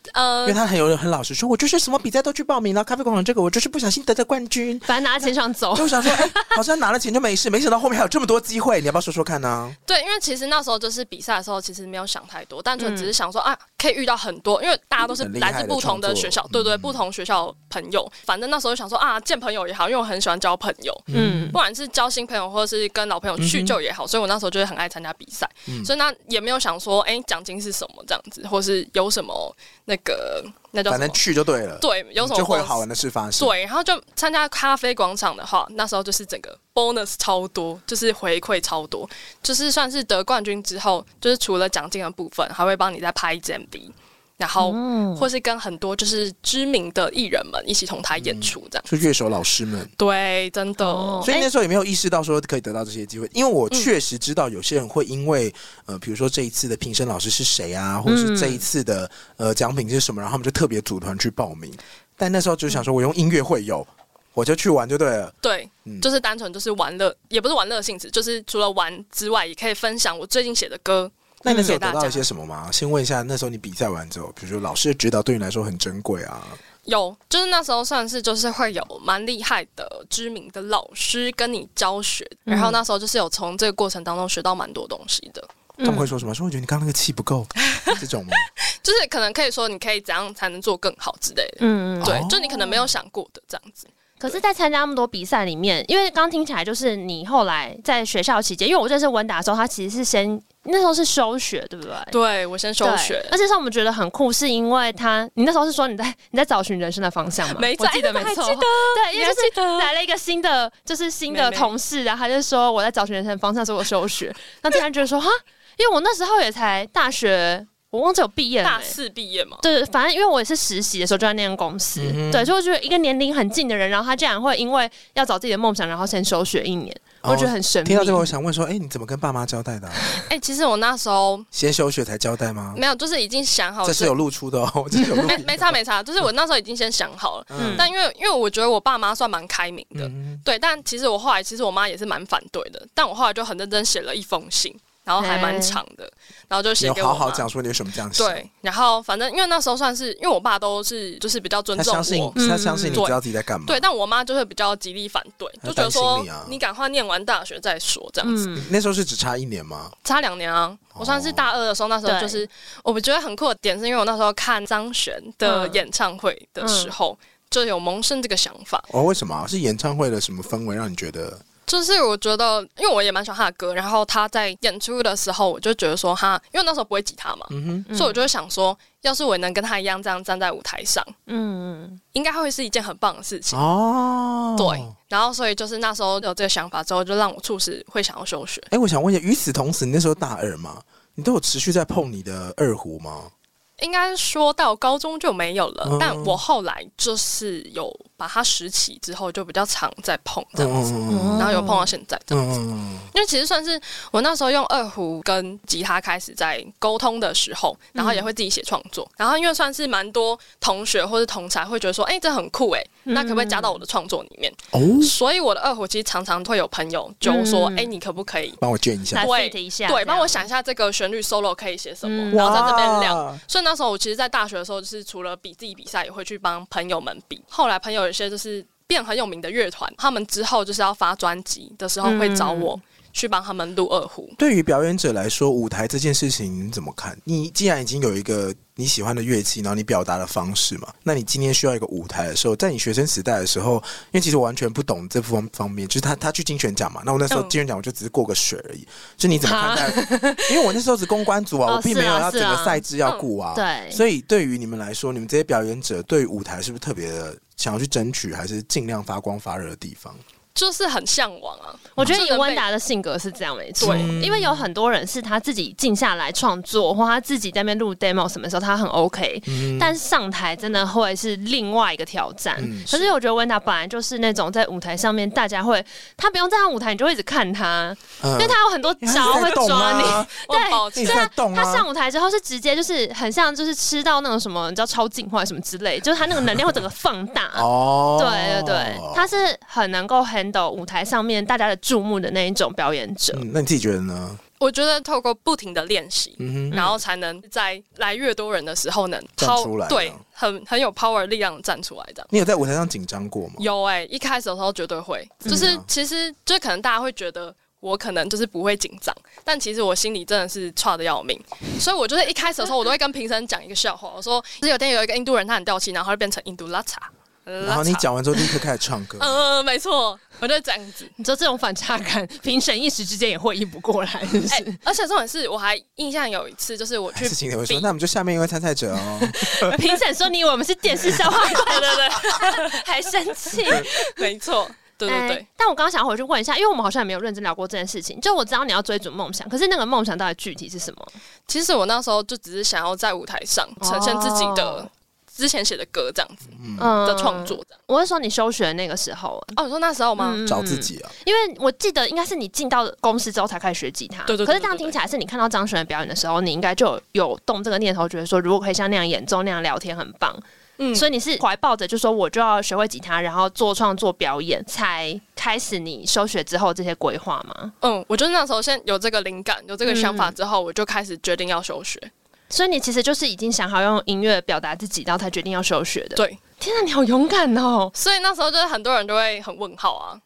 因呃为，他很有很老实说，我就是什么比赛都去报名了，咖啡广场这个我就是不小心得的冠军。 反正拿钱上走就，想说，哎、好像拿了钱就没事，没想到后面还有这么多机会，你要不要说说看呢、对，因为其实那时候就是比赛的时候，其实没有想太多，单纯嗯只是想说啊，可以遇到很多，因为大家都是很厉害来的自不同的创作学校，对对，嗯不同学校朋友。反正那时候想说啊，见朋友也好，因为我很喜欢交朋友，嗯不，管是交新朋友或者是跟老朋友叙旧也好，所以我那时候就是很爱参加比赛，嗯所以那也没有想说，哎、奖金是什么这样子，或是有什么那个那叫什反么正去就对了，对，有什么就会有 bonus 好玩的事发生。对，然后就参加咖啡广场的话，那时候就是整个 bonus 超多，就是回馈超多，就是算是得冠军之后，就是除了奖金的部分，还会帮你再拍一支 MV，然后或是跟很多就是知名的艺人们一起同台演出这样。就乐手老师们，对，真的，哦所以那时候也没有意识到说可以得到这些机会，因为我确实知道有些人会因为呃，比如说这一次的评审老师是谁啊，或者是这一次的呃奖品是什么，然后他们就特别组团去报名。但那时候就想说，我用音乐会有，我就去玩就对了。对，嗯就是单纯就是玩乐，也不是玩乐性质，就是除了玩之外，也可以分享我最近写的歌。那你那时候有给大得家到一些什么吗？先问一下，那时候你比赛完之后，比如说老师的指导对你来说很珍贵啊，有，就是那时候算是就是会有蛮厉害的知名的老师跟你教学，嗯然后那时候就是有从这个过程当中学到蛮多东西的，他嗯们会哎说什么？说我觉得你刚刚那个气不够，这种吗？就是可能可以说你可以怎样才能做更好之类的，嗯嗯。对哦，就你可能没有想过的这样子。可是，在参加那么多比赛里面，因为刚听起来就是你后来在学校期间，因为我认识温达的时候，他其实是先那时候是休学，对不对？对我先休对学，而且让我们觉得很酷，是因为他，你那时候是说你在你在找寻人生的方向吗？没我错记得哎没错，我还记对，因你为还就是记 得来了一个新的，就是新的妹妹同事，然后他就说我在找寻人生的方向，所以我休 学。那突然觉得说哈，因为我那时候也才大学，我忘记有毕业了大没。四毕业嘛，对，反正因为我也是实习的时候就在那间公司，嗯哼对，所以我觉得一个年龄很近的人，然后他竟然会因为要找自己的梦想，然后先休学一年，哦我觉得很神秘。听到这个，我想问说，哎、你怎么跟爸妈交代的啊、哎、其实我那时候先休学才交代吗？没有，就是已经想好这是有露出的哦，这是有露没没差没差，就是我那时候已经先想好了，嗯但因为因为我觉得我爸妈算蛮开明的，嗯对，但其实我后来其实我妈也是蛮反对的，但我后来就很认真写了一封信，然后还蛮长的，然后就你写有给我好妈。好讲说你有什么这样想，对，然后反正因为那时候算是因为我爸都是就是比较尊他重相信我。他相信你嗯知道自己在干嘛。对，但我妈就是比较极力反对，她就觉得担说心你啊你赶快念完大学再说这样子。嗯，那时候是只差一年吗？差两年啊，我算哦是大二的时候，那时候就是我觉得很酷的点，是因为我那时候看张悬的嗯演唱会的时候，就有萌生这个想法。哦，为什么啊、是演唱会的什么氛围让你觉得？就是我觉得，因为我也蛮喜欢他的歌，然后他在演出的时候，我就觉得说他，因为那时候不会吉他嘛，嗯所以我就会想说，要是我能跟他一样这样站在舞台上，嗯，应该会是一件很棒的事情。哦，对，然后所以就是那时候有这个想法之后，就让我促使会想要休学。哎，我想问一下，与此同时，你那时候大二吗？你都有持续在碰你的二胡吗？应该说到高中就没有了，嗯但我后来就是有把它拾起之后，就比较常在碰这样子，嗯然后有碰到现在这样嗯子。嗯因为其实算是我那时候用二胡跟吉他开始在沟通的时候，然后也会自己写创作。然后因为算是蛮多同学或是同才会觉得说，哎、这很酷哎、那可不可以加到我的创作里面？嗯，哦，所以我的二胡其实常常会有朋友就说，哎、嗯你可不可以？帮我卷一下来。对 fit 一下，对，帮我想一下这个旋律 solo 可以写什么，嗯然后在这边聊。哇所以那时候我其实，在大学的时候，就是除了比自己比赛，也会去帮朋友们比。后来朋友有些就是变很有名的乐团，他们之后就是要发专辑的时候，会找我去帮他们录二胡。对于表演者来说，舞台这件事情你怎么看？你既然已经有一个你喜欢的乐器，然后你表达的方式嘛，那你今天需要一个舞台的时候，在你学生时代的时候，因为其实我完全不懂这方方面，就是他他去金选奖嘛，那我那时候嗯金选奖我就只是过个水而已，就你怎么看待？因为我那时候是公关组啊，哦我并没有是啊要整是个啊赛制要顾啊，对，所以对于你们来说，你们这些表演者对于舞台是不是特别的想要去争取，还是尽量发光发热的地方？就是很向往啊。我觉得以就能被温达的性格是这样没错，对因为有很多人是他自己静下来创作，或他自己在那边录 demo 什么时候他很 OK，、嗯但上台真的会是另外一个挑战。嗯可是我觉得温达本来就是那种在舞台上面，大家会他不用站在舞台，你就会一直看他，嗯因为他有很多你还是招会在动抓你。 啊我很抱你歉是，在动他啊，上舞台之后是直接就是很像就是吃到那种什么你知道超进化什么之类，就是他那个能量会整个放大。 哦，对对对，他是很能够 handle 舞台上面大家的注目的那一种表演者。嗯，那你自己觉得呢？我觉得透过不停的练习。嗯哼，然后才能在来越多人的时候能站出来啊对，很很有 power 力量地站出来这样。你有在舞台上紧张过吗？有哎、一开始的时候绝对会，的嗯就啊是其实就可能大家会觉得我可能就是不会紧张，但其实我心里真的是差的要命，所以我就是一开始的时候，我都会跟评审讲一个笑话，我说就是有天有一个印度人他很掉漆，然后他就变成印度拉茶。啊然后你讲完之后立刻开始唱歌。 嗯，没错，我就这样子。你知道这种反差感，评审一时之间也会应不过 来，是不是？哎、而且重点是我还印象有一次，就是我去还是晴天会比说，那我们就下面一位参赛者哦，评审说你以为我们是电视笑 话冠对对对，军，还生气。没错，对对对哎。但我刚刚想回去问一下，因为我们好像也没有认真聊过这件事情。就我知道你要追逐梦想，可是那个梦想到底具体是什么？其实我那时候就只是想要在舞台上呈现自己的、哦之前写的歌这样子嗯的创作。这样。我是说你休学那个时候啊，哦，你说那时候吗？嗯找自己啊，因为我记得应该是你进到公司之后才开始学吉他。对对对可是这样对对听起来是你看到张悬的表演的时候，你应该就有有动这个念头，觉得说如果可以像那样演奏那样聊天，很棒。嗯所以你是怀抱着就说我就要学会吉他，然后做创作表演，才开始你休学之后这些规划吗？嗯，我就是那时候先有这个灵感，有这个想法之后，我就开始决定要休学。所以你其实就是已经想好用音乐表达自己，然后才决定要休学的。对，天啊，你好勇敢哦！所以那时候就是很多人都会很问号啊。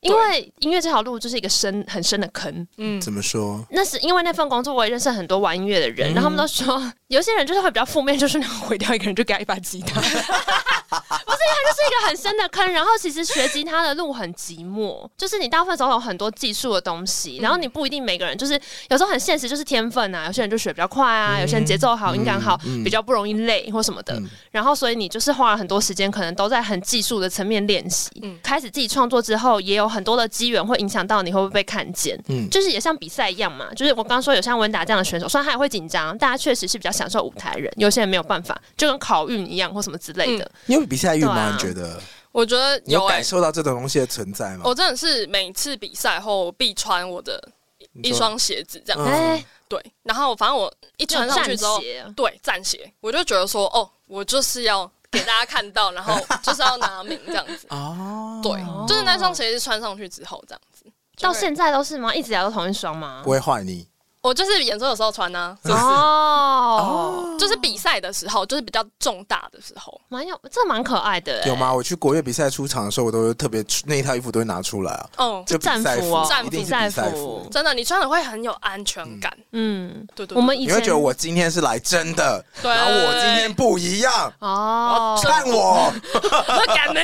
因为音乐这条路就是一个深很深的坑。嗯， 嗯怎么说？那是因为那份工作，我也认识很多玩音乐的人，然后他们都说，有些人就是会比较负面，就是那种毁掉一个人就给他一把吉 他，不是，因为它就是一个很深的坑。然后其实学吉他的路很寂寞，就是你大部分时候有很多技术的东西，嗯然后你不一定每个人就是有时候很现实，就是天分啊，有些人就学比较快嗯啊，有些人节奏好、音感好，比较不容易累或什么的。然后所以你就是花了很多时间，可能都在很技术的层面练习。嗯开始自己创作之后，也有很多的机缘会影响到你会不会被看见。嗯，就是也像比赛一样嘛，就是我刚刚说有像温达这样的选手，虽然他也会紧张，但他确实是比较享受舞台人，有些人没有办法，就跟考运一样或什么之类的。你有比赛欲对吗？啊你觉得我觉得你有哎、感受到这种东西的存在吗？我真的是每次比赛后我必穿我的你一说双鞋子这样。嗯。哎、对，然后反正我一就穿上去之后，鞋啊，对战鞋，我就觉得说，哦，我就是要给大家看到，然后就是要拿名这样子 哦，对，就是那双鞋是穿上去之后这样子。就到会现在都是吗？一直以来都同一双吗不？会坏你。我就是演奏的时候穿呢、就是、哦，就是比赛的时候，就是比较重大的时候。蛮有，这蛮可爱的、欸，有？吗？我去国乐比赛出场的时候，我都会特别出那一套衣服都会拿出来啊，哦，就比赛战服哦一定是比战赛服服。真的，你穿了会很有安全感。嗯，对对对我们以你前会觉得我今天是来真的，对然后我今天不一样，哦，看我，我敢你，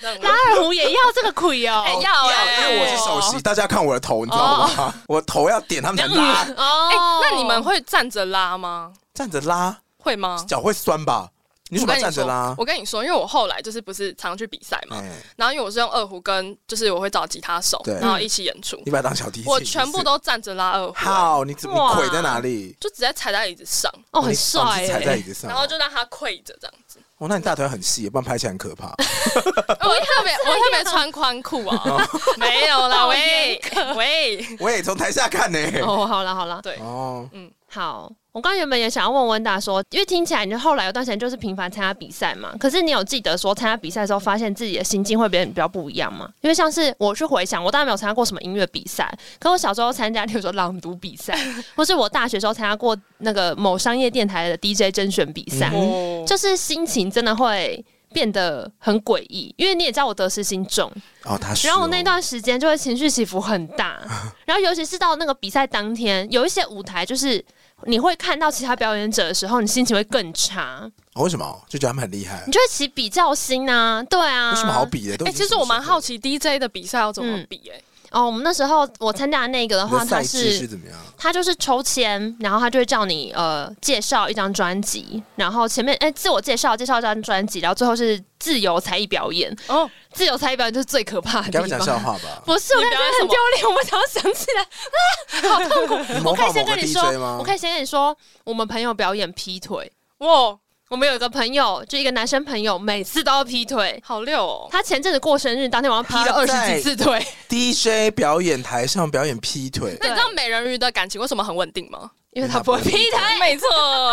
这样 子拉二胡也要这个鬼哦、哎要哎，因为我是首席，大家看我的头，你知道吗？ 我头要点他们才拉，哦、哎，那你们会站着拉吗？站着拉，会吗？脚会酸吧？你为什么要站着拉？我跟你说，因为我后来就是不是常去比赛嘛，哎，然后因为我是用二胡跟，就是我会找吉他手，对然后一起演出你，把它当小提琴，我全部都站着拉二胡，啊好，你怎么哇腿在哪里？就直接踩在椅子上，哦很你帅哦你是踩在哎、椅子上，然后就让它跪着这样 子。哦哦，那你大腿很细，不然拍起来很可怕。我特别，我特别穿宽裤啊，哦 没有啦，好喂严喂，我也从台下看呢。哦，好了好了，对，哦，好，我刚原本也想要问温达说，因为听起来你后来有段时间就是频繁参加比赛嘛，可是你有记得说参加比赛的时候，发现自己的心境会别人比较不一样吗？因为像是我去回想，我当然没有参加过什么音乐比赛，可我小时候参加，例如说朗读比赛，或是我大学时候参加过那个某商业电台的 DJ 甄选比赛，哦，就是心情真的会。变得很诡异，因为你也知道我得失心重，哦，他是哦。然后我那段时间就会情绪起伏很大，哦然后尤其是到那个比赛当天，有一些舞台就是你会看到其他表演者的时候，你心情会更差，哦为什么就觉得他们很厉害你？就会起比较心啊，对啊，有什么好？比的？都哎，已经其实我蛮好什奇 DJ 的比赛要怎么比，哎，哦，我们那时候我参加的那个的么时候话，你的它赛制是是怎么样？他就是抽签，然后他就会叫你呃介绍一张专辑，然后前面哎、自我介绍，介绍一张专辑，然后最后是自由才艺表演，哦，自由才艺表演就是最可怕的你该不地讲笑方。话吧？不是，我你感觉表演什很么丢脸，我不想要想起来，啊，好痛苦。你 我模可以仿先某个跟你说 DJ，吗我？可以先跟你说，我们朋友表演劈腿。哇，我们有一个朋友，就一个男生朋友，每次都要劈腿。好溜哦，他前阵子过生日，当天晚上劈了他二在十几次腿， DJ 表演台上表演劈腿，那你知道美人鱼的感情为什么很稳定吗？因为他不会劈腿。没错，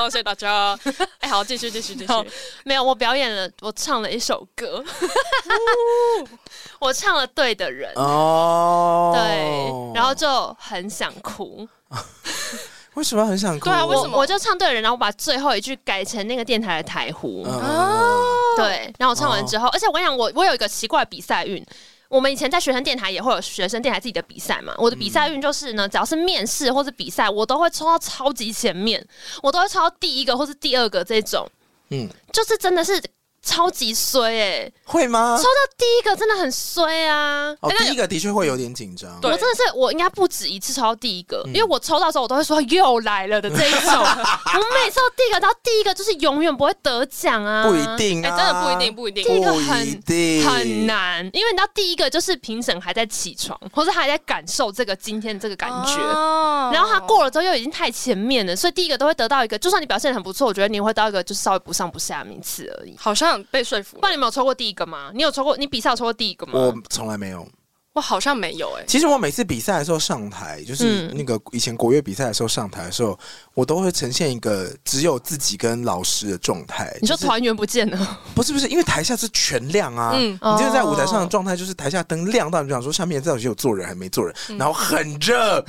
谢谢大家。 哎，好，继续，继续，继续好。没有，我表演了，我唱了一首歌， 我唱了《对的人》。哦，对，然后就很想哭。为什么很想哭？对啊为我什么我就唱对的人，然后我把最后一句改成那个电台的台呼。啊，对，然后我唱哦完之后，而且我跟你讲，我我有一个奇怪的比赛运。我们以前在学生电台也会有学生电台自己的比赛嘛。我的比赛运就是嗯呢，只要是面试或者比赛，我都会抽到超级前面，我都会抽到第一个或是第二个这种。嗯就是真的是超级衰哎、会吗抽？到第一个真的很衰啊！啊哦哎，那第一个的确会有点紧张。对我真的是，我应该不止一次抽到第一个，嗯因为我抽到的时候，我都会说又来了的这一 种。我每次抽到第一个，然后第一个就是永远不会得奖啊，不一定哎、啊，真的不一定，不一定。第一个不一定很。难，因为你知道第一个就是评审还在起床，或者还在感受这个今天这个感觉。哦然后他过了之后又已经太前面了，所以第一个都会得到一个，就算你表现得很不错，我觉得你也会得到一个就是稍微不上不下的名次而已。好像被说服不，然你没有抽过第一个吗？你有抽过？你比赛有抽过第一个吗？我从来没有。我好像没有哎、其实我每次比赛的时候上台，就是嗯那个以前国乐比赛的时候上台的时候，我都会呈现一个只有自己跟老师的状态。你说就是团员不见了，不是不是，因为台下是全亮啊。嗯你就是在舞台上的哦状态，就是台下灯亮到你就想说下面到底是有坐人还没坐人，嗯然后很热，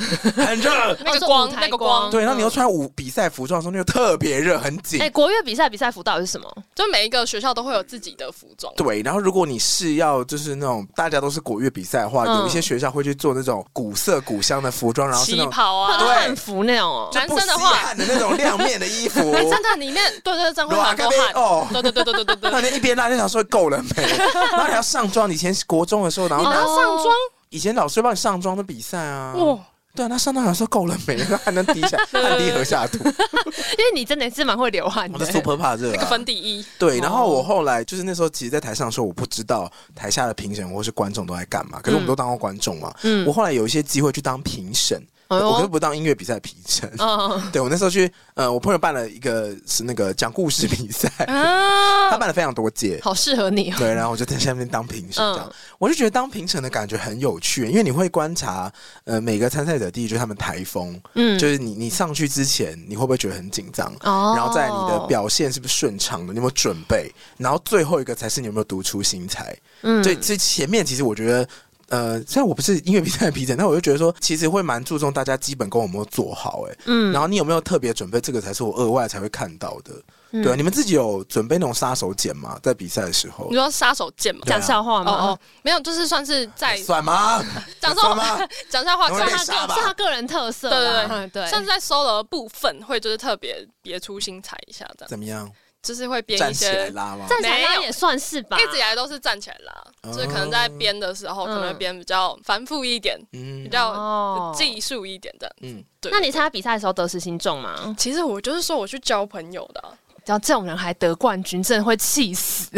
很 热。那哦个是光舞台那个光哦光对，然后你又穿舞比赛服装的时候，那就特别热，很紧哎、。国乐比赛比赛辅导是什么？就每一个学校都会有自己的服装，对，然后如果你是要就是那种大家都是国乐比赛的话，嗯有一些学校会去做那种古色古香的服装，然哦后是旗那种袍会啊，有对汉服那种哦、就不男生的吸话汗的那种亮面的 衣服，哎、真的里面对对对，这样会哇很咖多啡汗，哦。对对对对对对对那对，你一边拉就想说够了没？然后你要上妆，以前国中的时候，然你后拿上妆，以前老师帮你上妆的比赛啊，哦哇，对啊，那上妆想说够了没？那汗能滴 下，汗滴禾下土，因为你真的是蛮会流汗我的、的 super 怕热那个啊。粉底衣，哦对，然后我后来就是那时候，其实，在台上的时候，我不知道台下的评审或是观众都在干嘛，可是我们都当过观众嘛。嗯我，后来有一些机会去当评审，哎呦我可是不当音乐比赛评审。 嗯，对我那时候去，呃，我朋友办了一个是那个讲故事比赛，哎他啊，办了非常多届，好适合你哦、对，然后我就在下面当评审，这样、嗯我就觉得当评审的感觉很有趣，因为你会观察，呃，每个参赛者第一就是他们台风，嗯，就是你你上去之前，你会不会觉得很紧张？哦然后在你的，表现是不是顺畅的？你有没有准备？然后最后一个才是你有没有读出心裁。嗯所以这前面其实我觉得，呃，虽然我不是音乐比赛的评审，但我就觉得说，其实会蛮注重大家基本功有没有做好、欸，嗯然后你有没有特别准备，这个才是我额外才会看到的。嗯对啊，你们自己有准备那种杀手锏吗？在比赛的时候你，说杀手锏嘛？哦对啊讲笑话哦吗？哦，没有，就是算是在算吗？ 讲算笑吗话？，讲笑话，容易讲被笑杀吧是他个人特色啦，嗯对算是在 solo 的部分会就是特别别出心裁一下，这样怎么 样？就是会编站一起来些，拉吗？站起来没拉有也算是吧，一直以来都是站起来啦，哦就是可能在编的时候，嗯可能编比较繁复一点，比嗯较哦技术一点的。嗯，对，那你参加比赛的时候得失心重吗？其实我就是说我去交朋友的啊，只要这种人还得冠军，真的会气死。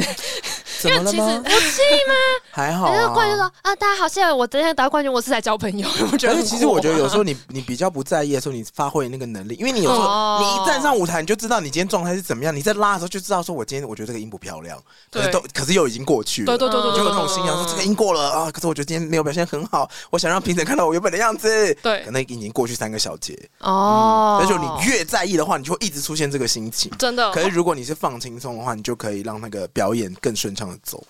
怎么了因为吗？不气吗？还好然啊后。冠军说啊，大家好，谢谢我今天得到冠军，我是来交朋友，我觉而且得很其实我啊觉得有时候火你你比较不在意的时候，你发挥那个能力，因为你有时候哦你一站上舞台，你就知道你今天状态是怎么样，你在拉的时候就知道说，我今天我觉得这个音不漂亮，可是对都可是又已经过去了，对啊对对对就对有对那种对心想说这个音过了啊，可是我觉得今天没有表现很好，我想让评审看到我原本的样子。对可能已经过去三个小节，哦，但是嗯你越在意的话，你就会一直出现这个心情。真的可，是如果你是放轻松的话，你就可以让那个表演更顺畅的走。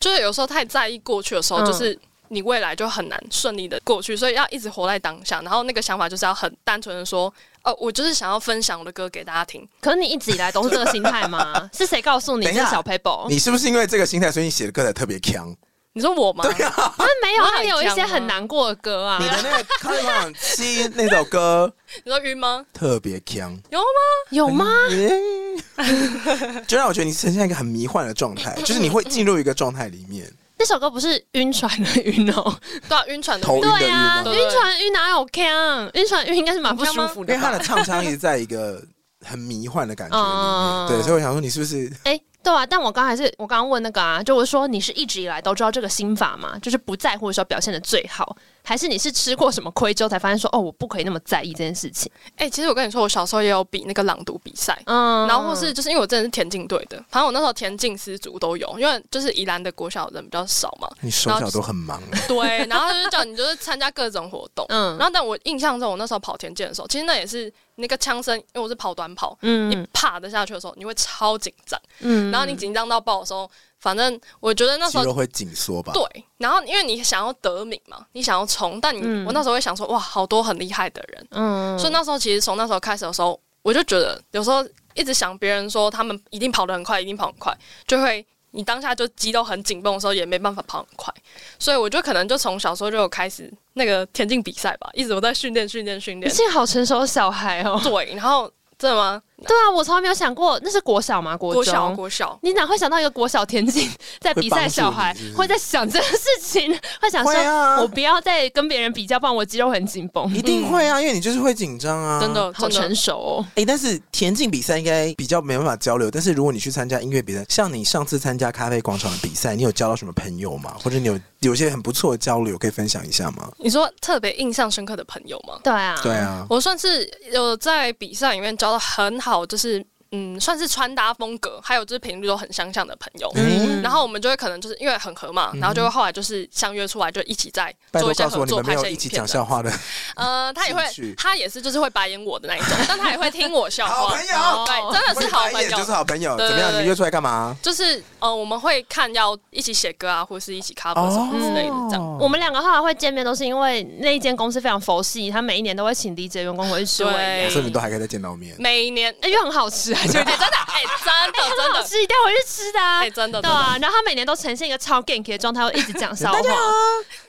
就是有时候太在意过去的时候，嗯就是。你未来就很难顺利的过去，所以要一直活在当下。然后那个想法就是要很单纯的说，哦、我就是想要分享我的歌给大家听。可是你一直以来都是这个心 态吗？是谁告诉你等这一下是小哦 paper？你是不是因为这个心态，所以你写的歌才特别强？你说我吗？他没有，我他很有一强些吗很啊难过的歌啊你。的那个《开往七》那首歌你说晕吗？特别 强，有吗？有啊吗？嗯就让我觉得你呈现一个很迷幻的状 态，就是你会进入一个状态里面，那首歌不是晕船的晕哦，对啊，晕船的头晕晕。的对晕啊，吗？对晕船晕哪有 can？晕船晕应该是蛮不舒服因为的他的吧。唱腔一直在一个很迷幻的感 觉嗯哦里面，对，所以我想说你是不是，哎，对啊，但我刚还是我刚刚问那个啊，就我说你是一直以来都知道这个心法吗？就是不在乎的时候表现的最好，还是你是吃过什么亏之后才发现说哦，我不可以那么在意这件事情？哎、其实我跟你说，我小时候也有比那个朗读比赛，嗯，然后或是就是因为我真的是田径队的，反正我那时候田径失足都有，因为就是宜兰的国小人比较少嘛你手脚都很忙？对，然后他就叫你就是参加各种活动。嗯然后，但我印象中，我那时候跑田径的时候，其实那也是那个枪声，因为我是跑短跑，嗯啪的下去的时候，你会超紧张。嗯然后你紧张到爆的时候，反正我觉得那时肌候肉会紧缩啊吧？对，然后因为你想要得名嘛，你想要冲，但你、嗯我那时候会想说，哇，好多很厉害的人，嗯所以那时候其实从那时候开始的时候，我就觉得有时候一直想别人说他们一定跑得很快，一定跑很快，就会你当下就肌肉很紧绷的时候也没办法跑很快，所以我就可能就从小时候就有开始那个田径比赛吧，一直我在训练训练训你练，是个好成熟的小孩哦。对，然后真的吗？啊。对啊，我从来没有想过那是国小吗？国国中。小国小，你哪会想到一个国小田径 在比赛，小孩会帮助你是不是会在想这个事情， 会想说，会啊我不要再跟别人比较，不然我肌肉很紧绷。一定会啊，因为你就是会紧张啊，真。的好真的成熟哦，哎、但是田径比赛应该比较没办法交流，但是如果你去参加音乐比赛，像你上次参加咖啡广场的比赛，你有交到什么朋友吗？或者你有有些很不错的交流可以分享一下吗？你说特别印象深刻的朋友吗？对啊，对啊，我算是有在比赛里面交到很好，就是嗯，算是穿搭风格，还有就是频率都很相像的朋友。嗯然后我们就会可能就是因为很合嘛，然后就会后来就是相约出来，就一起在拜做托一些告诉合我你作们没拍有摄一影起片讲的。笑话 的，呃，他也会兴趣，他也是就是会白眼我的那一种，但他也会听我笑好话哦朋。友，对，真的是好朋白眼就是友。好朋友，对怎么样？对对你们约出来干嘛？就是呃，我们会看要一起写歌啊，或是一起哦 cover 什么之类的这样。啊我们两个后来会见面，都是因为那一间公司非常佛系，他每一年都会请 DJ 员工回去吃尾牙对所以你们都还可以再见到面。每一年，哎、因为很 好吃啊，就真的，哎、真的，真好的，吃，一定要回去吃的啊哎、。真的，对啊，然后他每年都呈现一个超 gank 的状态，会一直 讲笑话。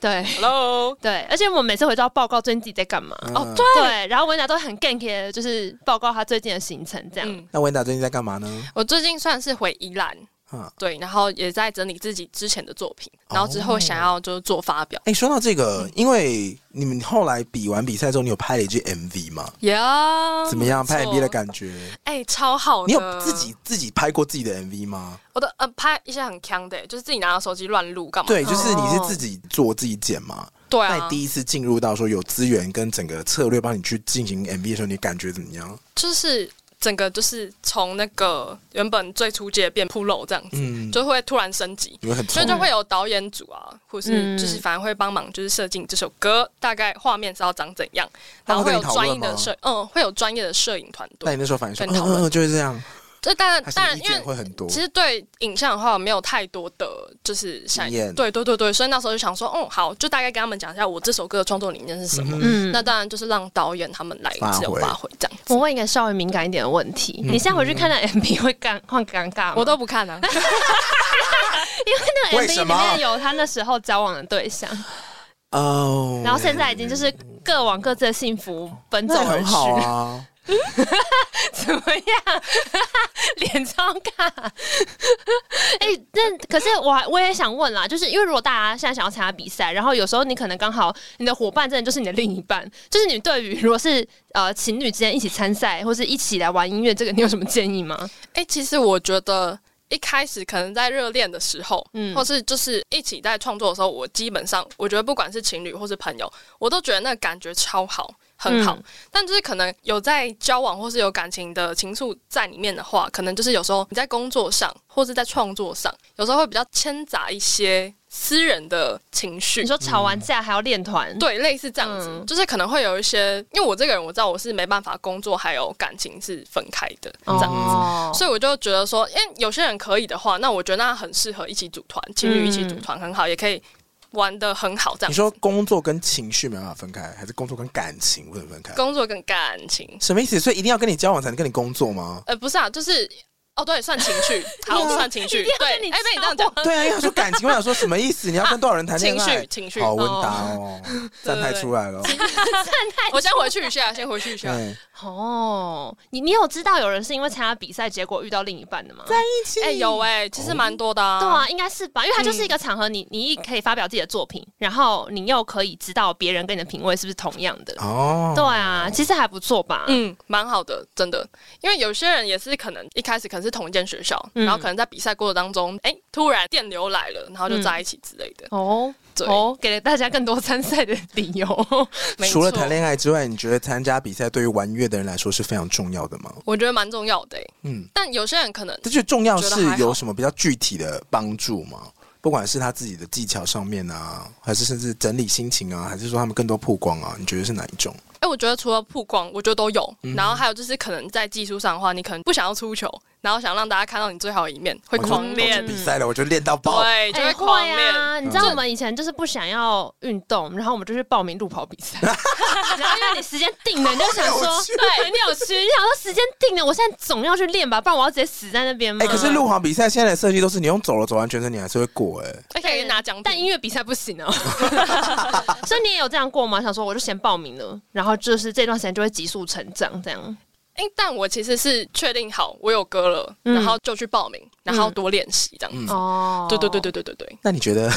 对 Hello，对，而且我们每次回到报告最近自己在干嘛。哦对对，然后文雅都很 gank 的，就是报告他最近的行程这样。嗯，那文达最近在干嘛呢？我最近算是回宜兰，啊，对，然后也在整理自己之前的作品，哦然后之后想要就是做发表。哎、说到这个，因为你们后来比完比赛之后，你有拍了一支 MV 吗？呀、怎么样？拍 MV 的觉？感觉？哎、超好的。你有自己自己拍过自己的 MV 吗？我的呃拍一些很强的、就是自己拿着手机乱录干嘛？对，就是你是自己做自己剪嘛？哦对那啊你，第一次进入到说有资源跟整个策略帮你去进行 MV 的时候，你感觉怎么样？就是整个就是从那个原本最初阶变 p r 这样子，嗯，就会突然升级。你会很所冲以就会有导演组啊，或嗯是就是反正会帮忙，就是设计你这首歌大概画面是要长怎样，他们然后会跟有你讨专论业吗的摄，嗯，会有专业的摄影团那队。你那时候反应说，跟讨嗯论嗯嗯，就是这样，这当然还是当然，你意因为见会很多其？实对影像的话，我没有太多的就是想经验对对对对，所以那时候就想说，嗯，好，就大概跟他们讲一下我这首歌的创作理念是什么。嗯嗯，那当然就是让导演他们来发自由挥发挥这样子。我问一个稍微敏感一点的问题，嗯你现在回去看那 MV 会尴会尴尬吗？我都不看啊，因为那个为 MV 什里么嗯面有他那时候交往的对象，哦，然后现在已经就是各往各自的幸福奔走那而很去，好啊。怎么样？脸超尬。 哎、那可是我还我也想问啦，就是因为如果大家现在想要参加比赛，然后有时候你可能刚好你的伙伴真的就是你的另一半，就是你对于如果是呃情侣之间一起参赛或是一起来玩音乐这个，你有什么建议吗？哎、其实我觉得一开始可能在热恋的时候，嗯嗯，或是就是一起在创作的时候，我基本上我觉得不管是情侣或是朋友，我都觉得那个感觉超好。很好，嗯但就是可能有在交往或是有感情的情愫在里面的话，可能就是有时候你在工作上或是在创作上，有时候会比较掺杂一些私人的情绪你。说嗯吵完架还要练团，对，类似这样子，嗯就是可能会有一些，因为我这个人我知道我是没办法工作还有感情是分开的，这样子。哦所以我就觉得说，因为有些人可以的话，那我觉得那很适合一起组团，情侣一起组团很好，也可以玩的很 好这样。你说工作跟情绪没办法分开，还是工作跟感情不能分开？工作跟感情，什么意思？所以一定要跟你交往才能跟你工作吗？呃，不是啊，就是哦，对，算情绪，好，算情绪，对，哎，跟被 你你这样讲，对啊，因为他说感情，我想说什么意思？你要跟多少人谈 恋呃啊情爱？绪，情绪，好，温达哦，站太出来了。哦 嗯我先回去一下，先回去一下。对， 哦，你你有知道有人是因为参加比赛结果遇到另一半的吗？一起哎，有哎，其实蛮多的啊。对啊，应该是吧，因为它嗯就是一个场合你，你可以发表自己的作品，然后你又可以知道别人跟你的品味是不是同样的。哦，对啊，其实还不错吧。嗯，蛮好的，真的。因为有些人也是可能一开始可能是同一间学校，嗯然后可能在比赛过程当中，哎、突然电流来了，然后就嗯在一起之类的。哦，对哦，给了大家更多参赛的理由。没除了错谈恋爱之外，你觉得参加比赛对于玩乐的人来说是非常重要的吗？我觉得蛮重要的、欸。嗯，但有些人可能这就重要我觉得是还好有什么比较具体的帮助吗？不管是他自己的技巧上面啊，还是甚至整理心情啊，还是说他们更多曝光啊，你觉得是哪一种？哎、我觉得除了曝光，我觉得都有。嗯然后还有就是，可能在技术上的话，你可能不想要出糗，然后想让大家看到你最好的一面，会哦我就狂练我去，比赛了，我就练到爆。对，就哎会狂会练。啊！嗯你知道我们以前就是不想要运动，然后我们就去报名路跑比赛， 然后因为你时间定了，你就想好说有，趣对你有趣，你想说时间定了，我现在总要去练吧，不然我要直接死在那边嘛。哎、可是路跑比赛现在的设计都是你用走了走完全程，你还是会过哎、而且可以拿奖但品。音乐比赛不行哦。 所以你也有这样过吗？想说我就先报名了，然后就是这段时间就会急速成长，这样。哎、但我其实是确定好我有歌了，嗯然后就去报名，然后多练习这样。嗯哦，对对对，对对对对，那你觉 得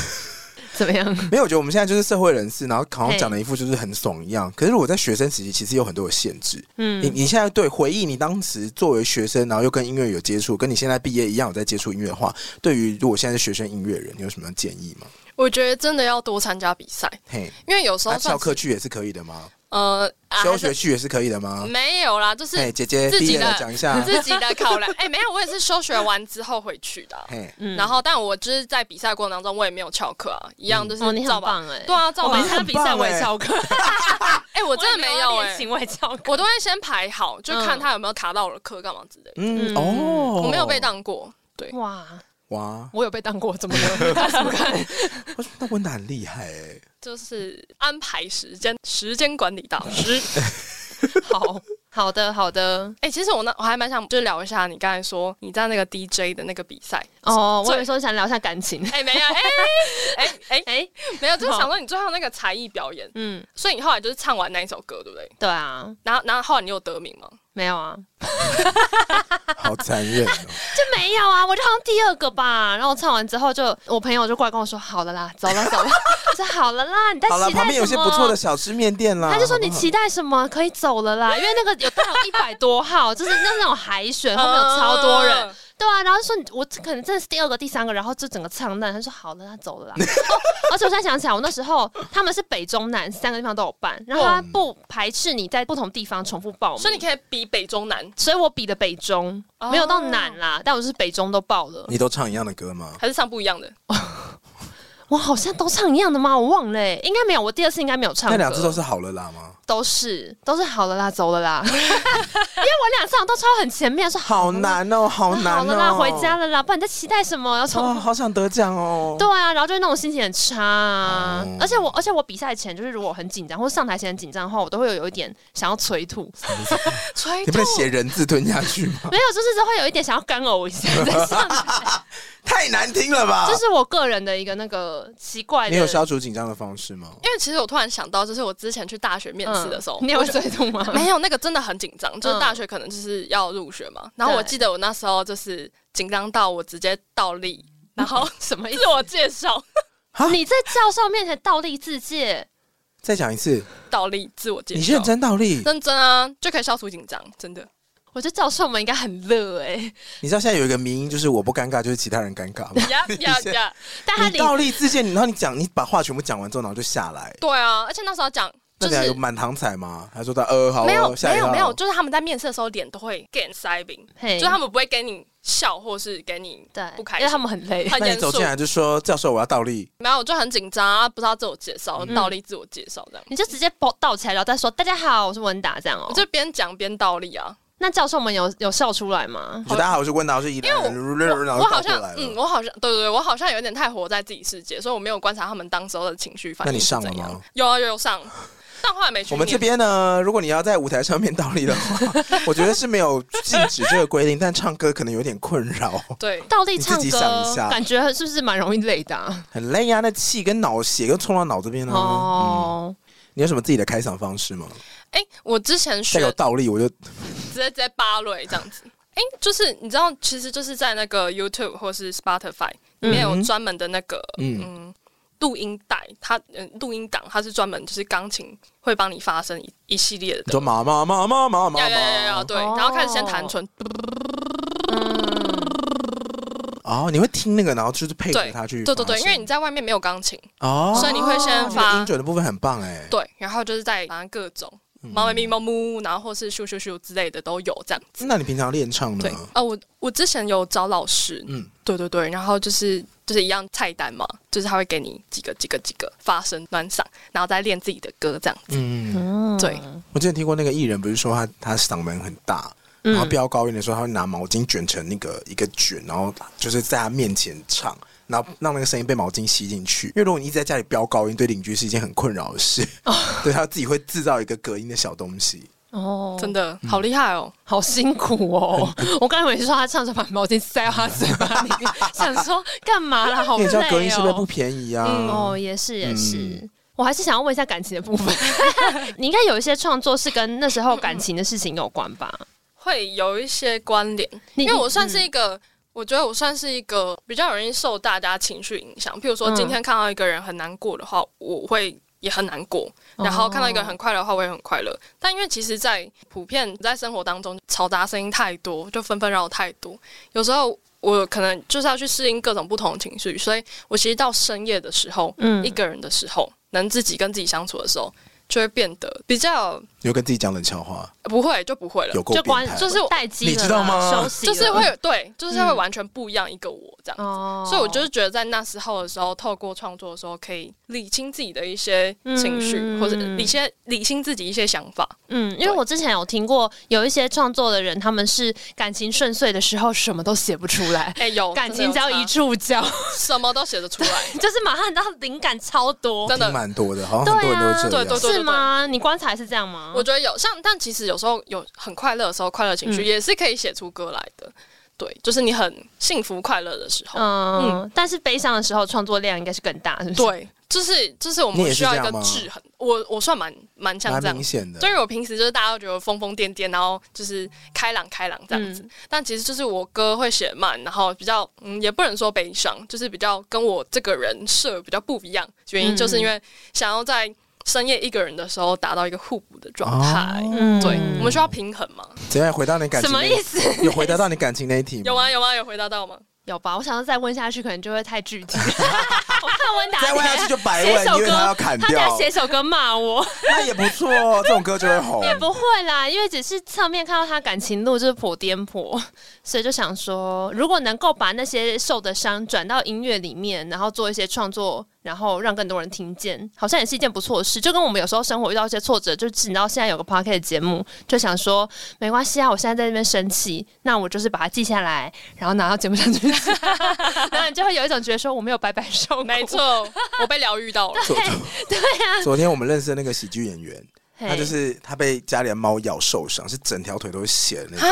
怎么样？没有？我觉得我们现在就是社会人士，然后好嘿像讲的一副就是很爽一样。可是我在学生时期其实有很多的限制。嗯你你现在对回忆你当时作为学生，然后又跟音乐有接触，跟你现在毕业一样有在接触音乐的话，对于如果现在是学生音乐人，你有什么建议吗？我觉得真的要多参加比赛，嘿，因为有时那候啊翘算课去也是可以的 吗？呃，啊休还学是去也是可以的吗？嗯没有啦，就是嘿，姐姐自毕己业了的讲一下。啊自己的考量。哎、没有，我也是休学完之后回去的啊、嘿，嗯然后，但我就是在比赛过程当中，我也没有翘课啊，一样就是哦，你照很吧。棒哎，对啊，照我吧每。次比赛我欸也翘课，哎、我真的没有哎、我也翘课，我都会先排好，就看嗯他有没有卡到我的课干嘛之类的。嗯嗯哦，我没有被当过，对，哇，哇，我有被当过，怎么 了？看什么看？我说那温达很厉害哎，就是安排时间，时间管理大师。 好好的好的哎、其实我那我还蛮想就聊一下你刚才说你在那个 DJ 的那个比赛。哦，我最有时候想聊一下感情，哎、没有，哎哎哎 哎，没有，就是想说你最后那个才艺表演，嗯，所以你后来就是唱完那一首歌，对不对？对啊，然后然后后来你有得名吗？没有啊，好残忍 哦。就没有啊，我就好像第二个吧。然后我唱完之后就，我朋友就过来跟我说：“好了啦，走了走 了。”我说：“好了啦，你在好了，期旁待边有什些么？”不错的小吃面店啦。他就说：“你期期待什么？可以走了啦，因为那个有大概有一百多号，就是那种海选，后面有超多人。嗯。对啊，然后说你我可能真的是第二个、第三个，然后就整个唱烂。他说好了，他走了啦。 哦而且我现在想起来，我那时候他们是北中南三个地方都有办，然后他嗯不排斥你在不同地方重复报名，所以你可以比北中南，所以我比的北中哦没有到南啦，但我是北中都报了。你都唱一样的歌吗？还是唱不一样的。我好像都唱一样的吗？我忘了欸、应该没有。我第二次应该没有唱那歌。两次都是好了啦吗？都是都是好了啦，走了 啦。因为我两次好像都超很前面，说好了啦，难哦，好那难好哦。了啦，回家了啦，不然你在期待什么？要重哦，复好想得奖哦。对啊，然后就是那种心情很差、啊哦而且我而且我比赛前就是如果很紧张或者上台前很紧张的话，我都会有一点想要催吐， 吹你不能写人字吞下去吗？没有，就是都会有一点想要干呕一下在 上台， 太难听了吧这！是我个人的一个那个奇怪的。你有消除紧张的方式吗？因为其实我突然想到，就是我之前去大学面试的时候，嗯你有催吐吗？没有那个真的很紧张，就是嗯大学可能就是要入学嘛。然后我对记得我那时候就是紧张到我直接倒立，然后什么意思自？我介绍你在教授面前倒立自介，再讲一次，倒立自我介绍，你认真倒立。认真啊，就可以消除紧张，真 的。我觉得教授们应该很乐哎、你知道现在有一个名音，就是我不尴尬，就是其他人尴尬 吗？呀呀先呀！但他你里倒立自荐，然后你讲，你把话全部讲完之后，然后就下来。对啊，而且那时候讲那就你是还有满堂彩吗？还说他呃好哦，没有下没一有号没有，就是他们在面试的时候脸都会给塞饼，嘿就是他们不会给你笑或是给你对，不开心，因为他们很累。很那你严走肃进。来就说教授我要倒立，没有，我就很紧张啊，不知道自我介绍，倒立自我介绍这样。你就直接抱倒起来，然后再说“大家好，我是文达”这样哦、我就边讲边倒立啊，那教授们有有笑出来吗你？说大家好，我是温达，我是宜兰人，然我后倒好过像来，嗯，了。我好像，对对对，我好像有点太活在自己世界，所以我没有观察他们当时候的情绪反应。那你上了怎样吗？有啊，有有上，但后来没去。我们这，边呢，如果你要在舞台上面倒立的 话，我觉得是没有禁止这个规定，但唱歌可能有点困扰，对，倒立唱你自己想一歌，下感觉是不是蛮容易累的啊、很累呀，那气跟脑血又冲到脑这边呢。嗯哦，你有什么自己的开场方式吗？哎，我之前再学有倒立我就直接直接芭蕾这样子。哎，就是你知道，其实就是在那个 YouTube 或是 Spotify 里面有专门的那个嗯，嗯录音带，它嗯录音档，它是专门就是钢琴会帮你发声一一系列的你说妈妈妈妈妈妈要要要要妈对，然后开始先弹唇，嗯，哦，你会听那个，然后就是配合对他去对对发对，声因为你在外面没有钢琴，哦，所以你会先这个发音准嗯的部分很棒哎，对，然后就是在反正各种猫咪咪猫咪，然后或是咻咻咻之类的都有这样子。那你平常练唱呢对？，啊，我我之前有找老师，嗯，对对对，然后就是就是一样菜单嘛，就是他会给你几个几个几个发声暖嗓，然后再练自己的歌这样子。嗯，对，我之前听过那个艺人，不是说他他嗓门很大，嗯然后飙高音的时候，他会拿毛巾卷成那个一个卷，然后就是在他面前唱，然后让那个声音被毛巾吸进去。因为如果你一直在家里飙高音，对邻居是一件很困扰的事， 对他自己会制造一个隔音的小东西。哦，真的嗯好厉害哦！好辛 苦哦。我刚才以为说他唱着把毛巾塞到他嘴巴里面，想说干嘛啦？好因为累你知道隔音设备不哦。便宜啊，嗯哦，也是也是嗯。我还是想要问一 下感情的部分，你应该有一些创作是跟那时候感情的事情有关吧？会有一些关联，你因为我嗯算是一个。我觉得我算是一个比较容易受大家情绪影响。譬如说，嗯今天看到一个人很难过的话，我会也很难过；然后看到哦一个人很快乐的话，我也很快乐。但因为其实，在普遍在生活当中，嘈杂声音太多，就纷纷扰扰太多，有时候我可能就是要去适应各种不同的情绪，所以我其实到深夜的时候，嗯一个人的时候，能自己跟自己相处的时候，就会变得比较有跟自己讲冷笑话，不会就不会了有，够就变关态，就是待机了啦，你知道吗休息了就是会对，就是会嗯完全不一样一个我这样子。哦，所以我就是觉得在那时候的时候，透过创作的时候，可以理清自己的一些情绪，嗯或者理些理清自己一些想法。嗯，因为对我之前有听过有一些创作的人，他们是感情顺遂的时候什么都写不出来，哎、有感情真只的有要一触礁，差 什么都写得出来，就是马上你知道灵感超多，真听的。蛮多的，好像很多人都会这对啊样。对对是吗？你观察是这样吗？我觉得有像，但其实有时候有很快乐的时候，快乐情绪嗯也是可以写出歌来的。对，就是你很幸福快乐的时候，嗯，但是悲伤的时候创作量应该是更大，是不是？，对，就是就是我你也们是需要一这个样吗制衡。我我算蛮蛮啊像这蛮样明显的所。以我平时就是大家都觉得疯疯癫癫，然后就是开朗开朗这样嗯子。但其实就是我歌会写慢，然后比较嗯，也不能说悲伤，就是比较跟我这个人设比较不一样。原因嗯就是因为想要在深夜一个人的时候达到一个互补的状态。嗯对，我们需要平衡嘛？怎样回到你感什情么那？意思？ 啊有回答到你感情那一题吗？有吗？有吗？有回答到吗？有吧？我想要再问下去，可能就会太具体。 我看温达再问下 去就白写问，首因为他歌要，砍他在掉，写首歌骂我，那也不错哦，这种歌就会 红。不会啦，因为只是侧面看到他感情路就是颇颠簸，所以就想说，如果能够把那些受的伤转到音乐里面，然后做一些创作，然后让更多人听见，好像也是一件不错的事。就跟我们有时候生活遇到一些挫折，就你知道现在有个 p o c k e t 节目，就想说没关系啊，我现在在那边生气，那我就是把它记下来，然后拿到节目上去 讲，然后你就会有一种觉得说我没有白白受苦，没错，我被疗愈到了。哎昨啊昨天我们认识的那个喜剧演员，嘿，他就是他被家里的猫咬受伤，是整条腿都是血的那种。啊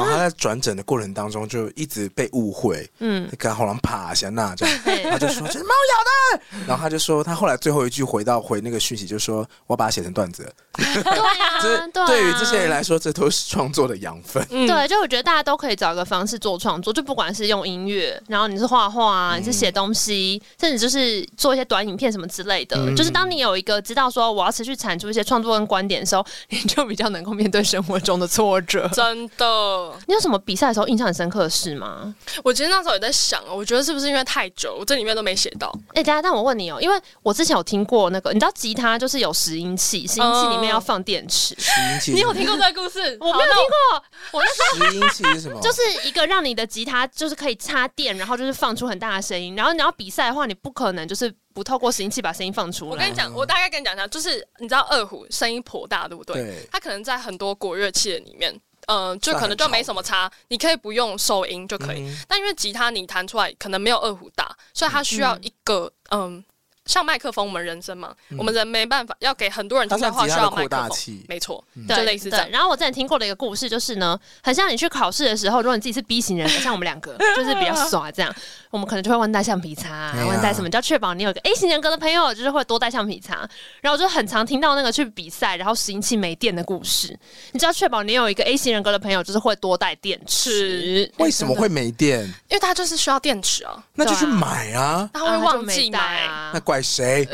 然后他在转诊的过程当中就一直被误会，嗯，跟后狼爬下那 这样。嘿他就说这是猫咬的，然后他就说他后来最后一句回到回那个讯息就说我把它写成段子了，对啊这，对啊，对于这些人来说这都是创作的养 分。嗯，对，就我觉得大家都可以找一个方式做创作，就不管是用音乐，然后你是画画啊，你是写东西，甚至就是做一些短影片什么之类的。嗯就是当你有一个知道说我要持续产出一些创作跟观点的时候，你就比较能够面对生活中的挫折。 真的。你有什么比赛的时候印象很深刻的事吗？我其实那时候也在想，我觉得是不是因为太久，我这里面都没写到。哎、大家，但我问你哦、因为我之前有听过那个，你知道吉他就是有拾音器，拾音器里面要放电池。拾音器，你有听过这个故事？我没有听过，我那时候 拾音器是什哦么？就是一个让你的吉他就是可以插电，然后就是放出很大的声音。然后你要比赛的话，你不可能就是不透过拾音器把声音放出我跟来你。讲，我大概跟你讲一下，就是你知道二胡声音颇大，对不对？对，它可能在很多国乐器里面，嗯、就算可很能就没什么差，你可以不用收音就可以。嗯但因为吉他你弹出来可能没有二胡大，所以它需要一个嗯。像麦克风，我们人声嘛，我们人没办法，要给很多人听的嗯话，它算吉需他的要麦扩大克风器，嗯没错，就对类似这样对。然后我之前听过的一个故事就是呢，很像你去考试的时候，如果你自己是 B 型人，像我们 两个就是比较耍这样，我们可能就会忘带橡皮擦，哎对啊忘带什么，就要确保你有一个 A 型人格的朋友，就是会多带橡皮擦。然后我就很常听到那个去比赛，然后拾音器没电的故事。你只要确保你有一个 A 型人格的朋友，就是会多带电池。为什么会没电？因为它就是需要电池啊，那就去对啊买啊，它然会后他就忘没记带买，啊 那怪谁？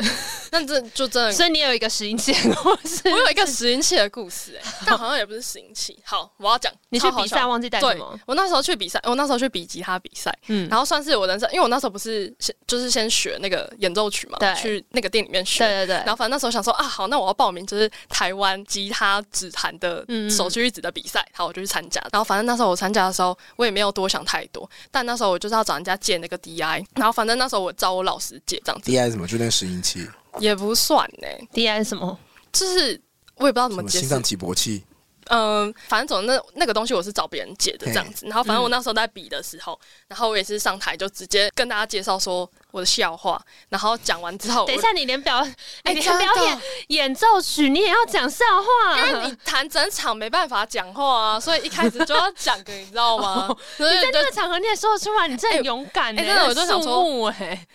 那这就真的所以你有一个拾音器的故事。我有一个拾音器的故事、哎，但好像也不是拾音器。好，我要讲，你去超好比赛笑忘记带什对么？，我那时候去比赛，我那时候去比吉他比赛，嗯，然后算是我人生，因为我那时候不是先就是先学那个演奏曲嘛对，去那个店里面学。对对对，然后反正那时候想说啊，好，那我要报名就是台湾吉他指弹的嗯嗯首屈一指的比赛，好，我就去参加。然后反正那时候我参加的时候，我也没有多想太多，但那时候我就是要找人家借那个 DI，然后反正那时候我找我老师借这样子， DI 什么？就那个拾音器，也不算呢、 DI 是什么？就是我也不知道怎什么么解心释脏起搏器，嗯，反正总之那那个东西我是找别人借的这样子，然后反正我那时候在比的时候，然后我也是上台就直接跟大家介绍说我的笑话，然后讲完之后，等一下，，你连表，你哎连真的表演演奏曲，你也要讲笑话，因为你弹整场没办法讲话啊，所以一开始就要讲个，你知道吗？所 以你在就那个场合你也说得出来，你真的很勇敢呢。哎真的我就想说肃穆哎，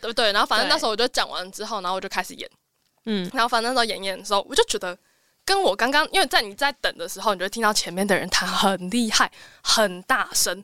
对不对？然后反正对那时候我就讲完之后，然后我就开始演，嗯，然后反正那时候演演的时候，我就觉得跟我刚刚，因为在你在等的时候，你就会听到前面的人弹很厉害、很大声，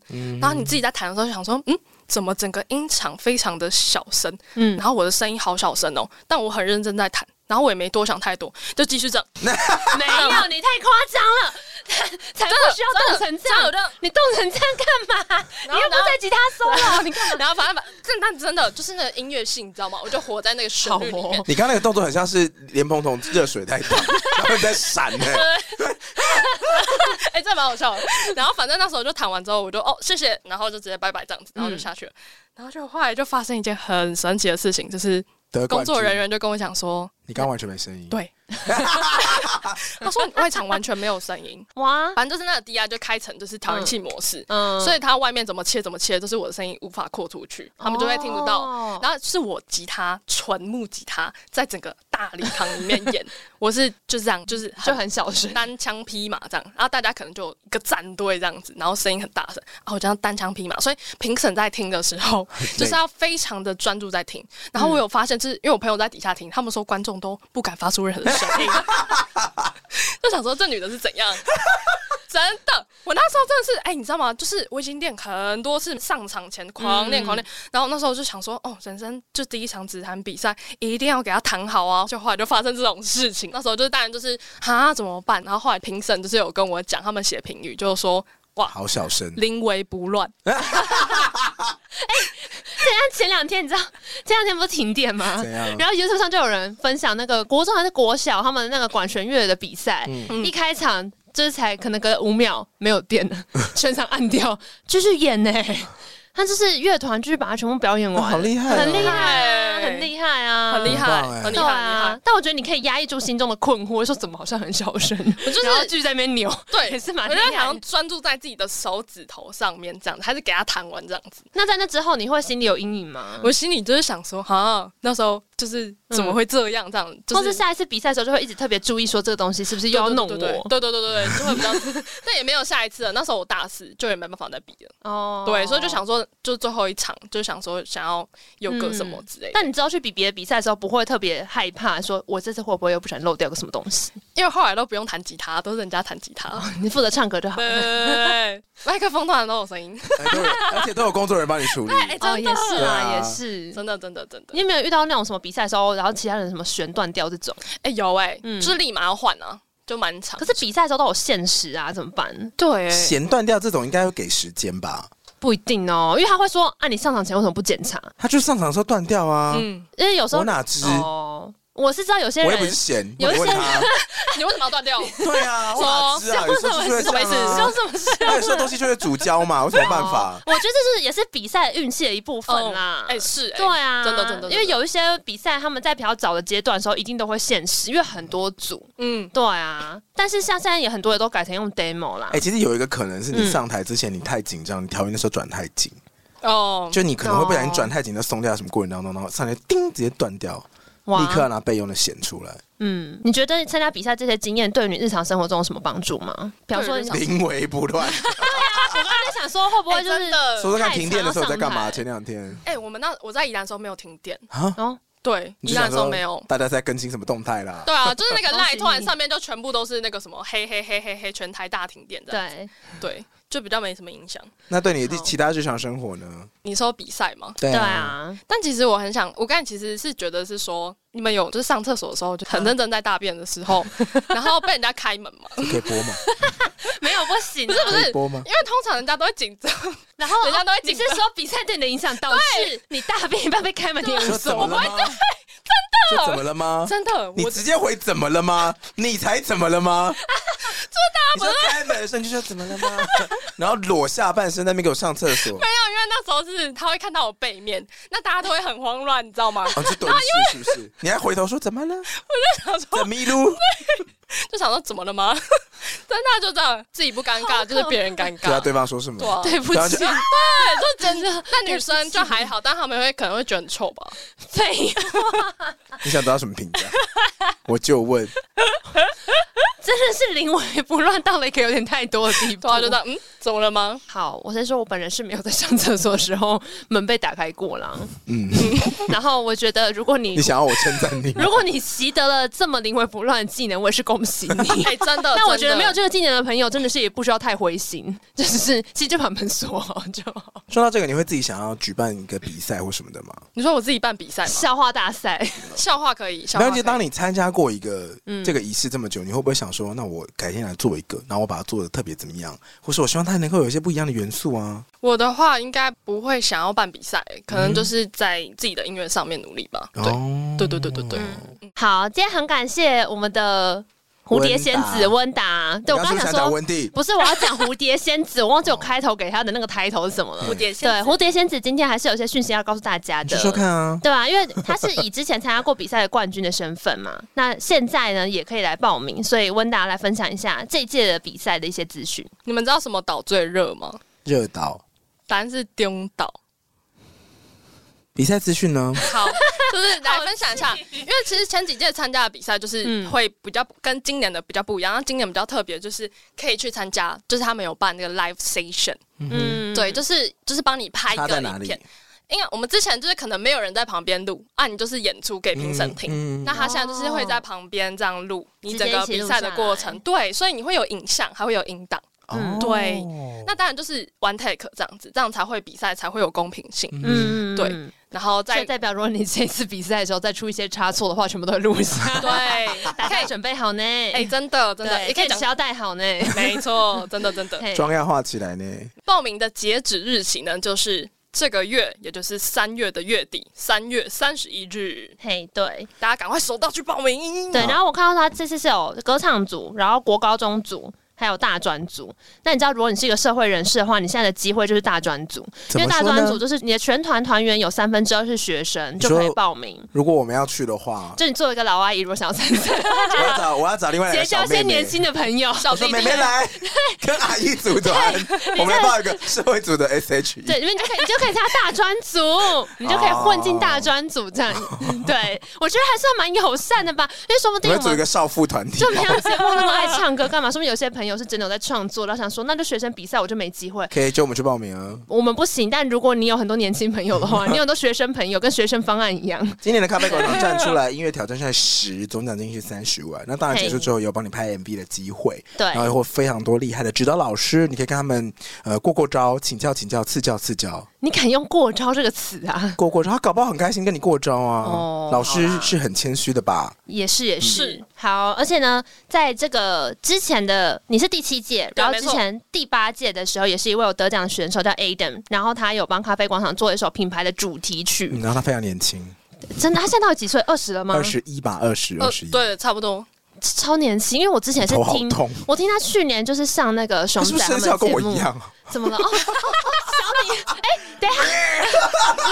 嗯然后你自己在弹的时候就想说，嗯，怎么整个音场非常的小声？嗯然，后我的声音好小声哦，但我很认真在弹，然后我也没多想太多，就继 续这样，没 有，你太夸张了， 才不需要动成这真样的真的。你动成这样干嘛？然你后又不在吉他 solo，你干嘛？然后反正把，但但真的就是那个音乐性，你知道吗？我就活在那个旋律里面。你刚那个动作很像是莲蓬头热水 在烫，然后你在闪呢、哎、这蛮好笑的。然后反正那时候就弹完之后，我就哦谢谢，然后就直接拜拜这样子，然后就下去了。然后就后来就发生一件很神奇的事情，就是得冠工军作人，员就跟我讲说，你刚完全没声音， 对，他说你外场完全没有声音，哇，反正就是那个 DI 就开成就是调音器模式，嗯所以它外面怎么切怎么切，就是我的声音无法扩出去，他们就会听不到。哦然后是我吉他纯木吉他在整个大礼堂里面 演，我是就这样，就是就很小声。单枪匹马这样，然后大家可能就有一个战队这样子，然后声音很大声，然后我这样单枪匹马，所以评审在听的时 候累就是要非常的专注在听。然后嗯我有发现，就是因为我朋友在底下听，他们说观众都不敢发出任何的声 音， 就想说这女的是怎样。真的，我那时候真的是，哎、你知道吗？就是我已经练很多次，上场前狂练嗯狂练，然后那时候就想说，哦，人生就第一场指弹比赛，一定要给他弹好啊！就后来就发生这种事情，那时候就是当然就是哈怎么办？然后后来评审就是有跟我讲，他们写评语就是说好小声，临危不乱，但 前两天你知道，前两天不是停电吗怎？样？然后 YouTube 上就有人分享那个国中还是国小他们那个管弦乐的比赛，嗯一开场就是才可能隔五秒没有电了，全场暗掉，继续演呢、他就是乐团，就是把它全部表演完，哦好厉害哦很厉害啊，很厉害啊，很厉很害，棒哎很厉对害，很厉害啊。。但我觉得你可以压抑住心中的困惑，说怎么好像很小 声，我就是然后继续在那边扭，对，也是蛮我厉就害想的要。专注在自己的手指头上面这样子，还是给他弹嗯完这样子。那在那之后，你会心里有阴影吗？我心里就是想说，哈，那时候就是怎么会这样这样，嗯就或是是下一次比赛的时候，就会一直特别注意，说这个东西是不是对又要弄对对对我？对对对对对，就会比 较，但也没有下一次了。那时候我大四，就也没办法再比了。哦对，所以就想说，就最后一场，就想说想要有个什嗯么之类的。但你知道去比别的比赛的时候，不会特别害怕，说我这次会不会又不小心漏掉个什么东西？ 因为后来都不用弹吉他，都是人家弹吉他。你负责唱歌就好。 对对对对对，麦克风突然都有声音，哎都有而且都有工作人员帮你处理， 哎，哦，真也的是对啊，啊也是。真的真的真的你，有没有遇到那种什么比赛的时候，然后其他人什么弦断掉这种？哎有哎，嗯就是立马要换啊，就蛮长可。是比赛的时候都有限时啊，怎么办？对弦断掉这种应该会给时间吧？不一定哦，因为他会说啊，你上场前为什么不检查？他就上场的时候断掉啊，嗯，因为有时候我哪知？哦，我是知道有些我也不是人。弦，有我一些问他，你为什么要 断掉？哦对啊，我哪知啊？有时候就是会什么意这思样啊有什么事？那有时候东西就会煮焦嘛，有什么办哦法？哦 我觉得这是也是比赛运气的一部分啦。哎是，哎对啊，真的真的，因为有一些比赛，他们在比较早的阶段的时候，一定都会限时，因为很多组。嗯，对啊，但是像现在也很多也都改成用 demo 啦。哎、其实有一个可能是你嗯上台之前你太紧张，你调音的时候转太紧，哦，就你可能会不小心哦转太紧，就松掉什么过程当中，然后上台叮直接断掉，哇立刻要拿备用的弦出来，嗯，你觉得参加比赛这些经验对你日常生活中有什么帮助吗？比方说，对日你常想临危不乱。 我刚才在想说，会不会就哎是真的说说看，停电的时候太在常干嘛？上台前两天哎、我们那我在宜兰的时候没有停电，啊，哦？对，你宜就兰想的时候没有说。大家在更新什么动态啦？ 对啊，就是那个恭喜赖你突然上面就全部都是那个什么黑黑黑黑黑，全台大停电这样。对，对就比较没什么影响。那对你的好其他日常生活呢？你说比赛吗？对对，啊，但其实我很想，我刚才其实是觉得是说，你们有就是上厕所的时候就很认真在大便的时 候，然后被人家开门嘛？这可以播吗？没有不行 不。是不可是，以播吗？因为通常人家都会紧张， 然后人家都会你紧是张说比赛对你的影响导致你大便一半被开门，啊你也你无说怎所么谓了吗？真的？怎么了吗？真的，我你直接回怎么了吗？你才怎么了吗？这大你说开门的时候你就说怎么了吗？然后裸下半身在那边给我上厕所，没有，因为那时候是他会看到我背面，那大家都会很慌乱，你知道吗？ 哦，就蹲式是不是？你还回头说怎么了？想说怎么迷路？就想说怎么了吗？ 但他就这样，自己不尴好可怕尬，就是别人尴对啊，尬。对方说什么？ 对啊对不然后起就，就真的。那女生就还好，但他们会可能会觉得很臭吧？对，你想得到什么评价？我就问，真的是临危不乱到了一个有点太多的地步对啊，就这样，嗯，怎么了吗？好，我先说，我本人是没有在上厕所的时候门被打开过啦。嗯， 然后我觉得，如果你你想要我称赞你吗？如果你习得了这么临危不乱的技能，我也是恭喜 你。哎、 真的。但我觉得真的没有这个技能的朋友，真的是也不需要太灰 心，就只是其实就把门锁好就好。说到这个，你会自己想要举办一个比赛或什么的吗？你说我自己办比赛吗？笑话大赛，笑话可以，笑没话有，可就以。当你参加过一个嗯这个仪式这么久，你会不会想说，那我改天来做一个，然后我把它做的特别怎么样，或是我希望它能够有一些不一样的元素啊？我的话，应该不会想要办比赛，可能就是在自己的音乐上面努力吧。哦，对，对对对对对。好，今天很感谢我们的蝴蝶仙子温达。对你我刚是刚不是想想讲说，温蒂，不是我要讲蝴蝶仙子，我忘记我开头给他的那个抬头是什么了。蝴蝶对，蝴蝶仙子今天还是有些讯息要告诉大家你的说。说看啊。对啊，因为他是以之前参加过比赛的冠军的身份嘛，那现在呢也可以来报名，所以温达来分享一下这一届的比赛的一些资讯。你们知道什么岛最热吗？热岛答案是丢岛。比赛资讯呢？ 好，就是来分享一下，因为其实前几届参加的比赛就是嗯会比较跟今年的比较不一样，那今年比较特别，就是可以去参加，就是他们有办那个 live session，、嗯，对，就是就是帮你拍一它个在哪影里？片。因为我们之前就是可能没有人在旁边录啊，你就是演出给评审听。嗯那他现在就是会在旁边这样录你整个直接一起比录赛的过程，对，所以你会有影像，还会有音档。嗯哦嗯对那当然就是 one take 这样子，这样才会比赛才会有公平性。嗯，嗯对嗯然后所再以代表如果你这次比赛的时候再出一些差错的话，全部都会录一 下。对，大可家以准备好呢，哎、哎真的真的，也可以讲要带好 呢。没错，真的真的。嘿妆要画起来呢。报名的截止日期呢，就是这个月，也就是三月的月底，三月三十一日，嘿，对大家赶快手到去报名。对，好然后我看到他这次是有歌唱组，然后国高中组。还有大专组，那你知道，如果你是一个社会人士的话，你现在的机会就是大专组，因怎为么大说专组呢？就是你的全团团员有三分之二是学生，就说可以报名。如果我们要去的话，就你作为一个老阿姨，如果想要参赛，我要找我要找另外两 结个交小一些妹年妹。轻的朋友。小我说弟妹弟妹来跟阿姨组团，我们来报一个社会组的 S H E。 对，你们就可以，你就可以参加大专组， 你就可以混进哦大专组这样。对，我觉得还算蛮友善的吧，因为说不你定们我组一们个少妇团体就没好不好，有节目那么爱唱歌，干嘛？说明有些朋友是真的有在创作，然后想说，那就学生比赛我就没机会。可以就我们去报名啊。我们不行，但如果你有很多年轻朋友的话，你有很多学生朋友，跟学生方案一样，今年的咖啡广场站出来，音乐挑战赛十，总奖金是三十万。那当然结束之后，有帮你拍 MV 的机会，对然后有非常多厉害的指导老师，你可以跟他们呃过过招，请教请教，赐教赐教，你敢用“过招”这个词啊？过过招，他搞不好很开心跟你过招啊。哦老师好啦是很谦虚的吧？也是也是、是好，而且呢，在这个之前的你是第七届，对然后没之错前第八届的时候，也是一位有得奖的选手叫 Adam，然后他有帮咖啡广场做一首品牌的主题曲，嗯然后他非常年轻，真的，他现在到底几岁？二十了吗？二，十一吧，二十呃二十一，，对，差不多。超年轻。因为我之前是头好听，痛。我听他去年就是上那个熊是不仔是他生们肖的跟节我目一，样？怎么了？哦，小米，哎、等一下，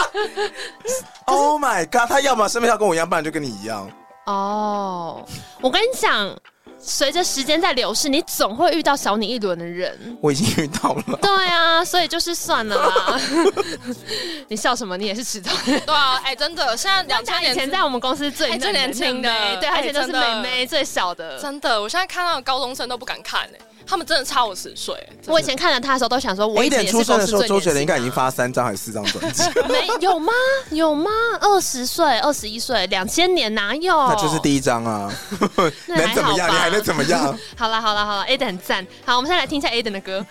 Oh my god！他要么身边要跟我一样，不然就跟你一样。哦，我跟你讲，随着时间在流逝，你总会遇到小你一轮的人。我已经遇到了，对啊，所以就是算了啦。 你笑什么？你也是迟到。对 啊，哎、真的，现在两千以年前在我们公司最哎嫩最年轻的嫩妹对，哎而且都是真的妹妹最小的。真的，我现在看到高中生都不敢看哎、他们真的差我十岁、真的我以前看了她的时候，都想说，我一以前点也哎出是生公的司时候，最周杰伦年应该已轻经的发啊三张还是四张专辑，没有吗？有吗？二十岁、二十一岁、两千年哪有？那就是第一张啊，哦 那还能怎么样？好吧你还能怎么样？ 好啦好啦好啦 a d e n 很赞。好，我们现在来听一下 a d e n 的歌。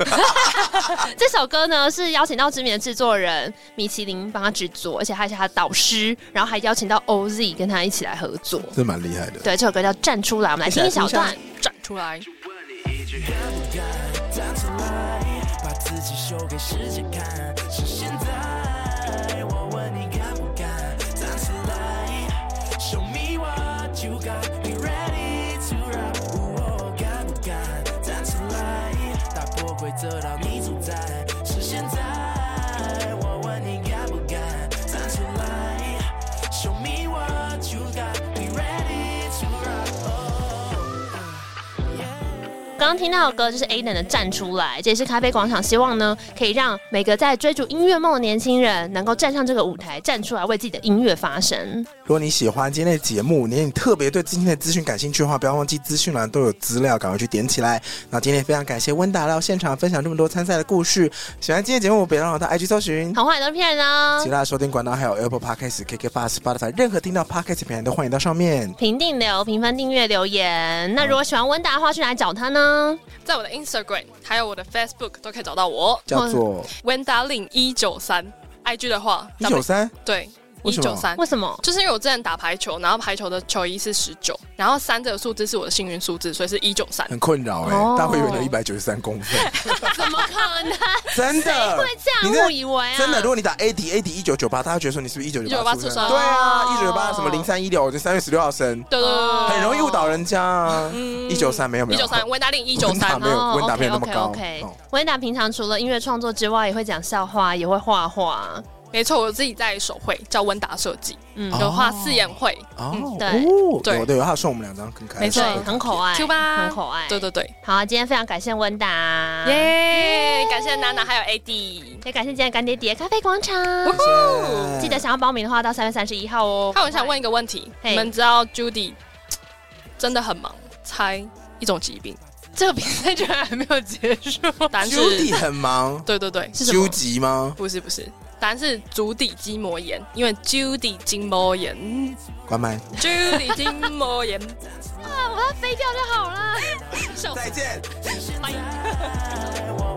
这首歌呢是邀请到知名的制作人米其林帮他制作，而且还是他的导师，然后还邀请到 OZ 跟他一起来合作。 这蛮厉害的。对，这首歌叫《站出来》，我们来听一小段。站出来，站出来，把自己 show 给世界看，是现在。我问你敢不敢站出来？Show me what you got, be ready to rock。哦敢不敢站出来？打破规则让你主宰，是现在。我问你敢不敢站出来？Show me what you got, be ready to rock。哦刚刚听到的歌就是 Aden 的《站出来》，这也是咖啡广场希望呢，可以让每个在追逐音乐梦的年轻人能够站上这个舞台，站出来为自己的音乐发声。如果你喜欢今天的节目，你你特别对今天的资讯感兴趣的话，不要忘记资讯栏都有资料，赶快去点起来。那今天也非常感谢温达到现场分享这么多参赛的故事。喜欢今天的节目，别忘了到 IG 搜寻。童话也都是骗人哦其。他的收听管道还有 Apple Podcast、KK Bus、Spotify，任何听到 Podcast 平台都欢迎到上面。评定留、评分、订阅、留言。那如果喜欢温达的话，去哪里找他呢？在我的 Instagram 还有我的 Facebook 都可以找到我叫哦做 Wenda Lin 一九三，IG 的话一九三，对为一什么九三为。什么？就是因为我之前打排球，然后排球的球衣是十九，然后三这个数字是我的幸运数字，所以是一九三。很困扰哎、哦大会员有一百九十三公 分，怎么可 能？真的会这你样误以为啊？真的，如果你打 AD AD 一九九八，大家觉得说你是不是一九九八1998出生对啊，哦一九九八什么零三一六，我就三月十六号生，对对对很容易误导人家啊。嗯一九三没有没哦一有九三，温达令一九温达三没。有温达 OK 没有那么 OK 高 OK，哦哦温达平常除了音乐创作之外，也会讲笑话，也会画画。没错，我自己在手绘叫温达设计，嗯，哦有画四眼绘，哦，对哦对有的有，他有送我们两张，很可爱，没错对，很可爱， Q 吧很可爱。对对对，好，今天非常感谢温达，哎耶！感谢娜娜还有 AD，也感谢今天干爹爹咖啡广场。爱记得想要报名的话，到三月三十一号哦。那我想问一个问题，嘿你们知道 Judy 真的很忙，猜一种疾 病，这个比赛居然还没有结束，答案是 Judy 很忙，对对对，是什么纠集吗？不是不是，答案是足底筋膜炎，因为 Judy 筋膜炎嗯关麦， ，Judy 筋膜炎，啊我要飞掉就好了。笑死再见。在我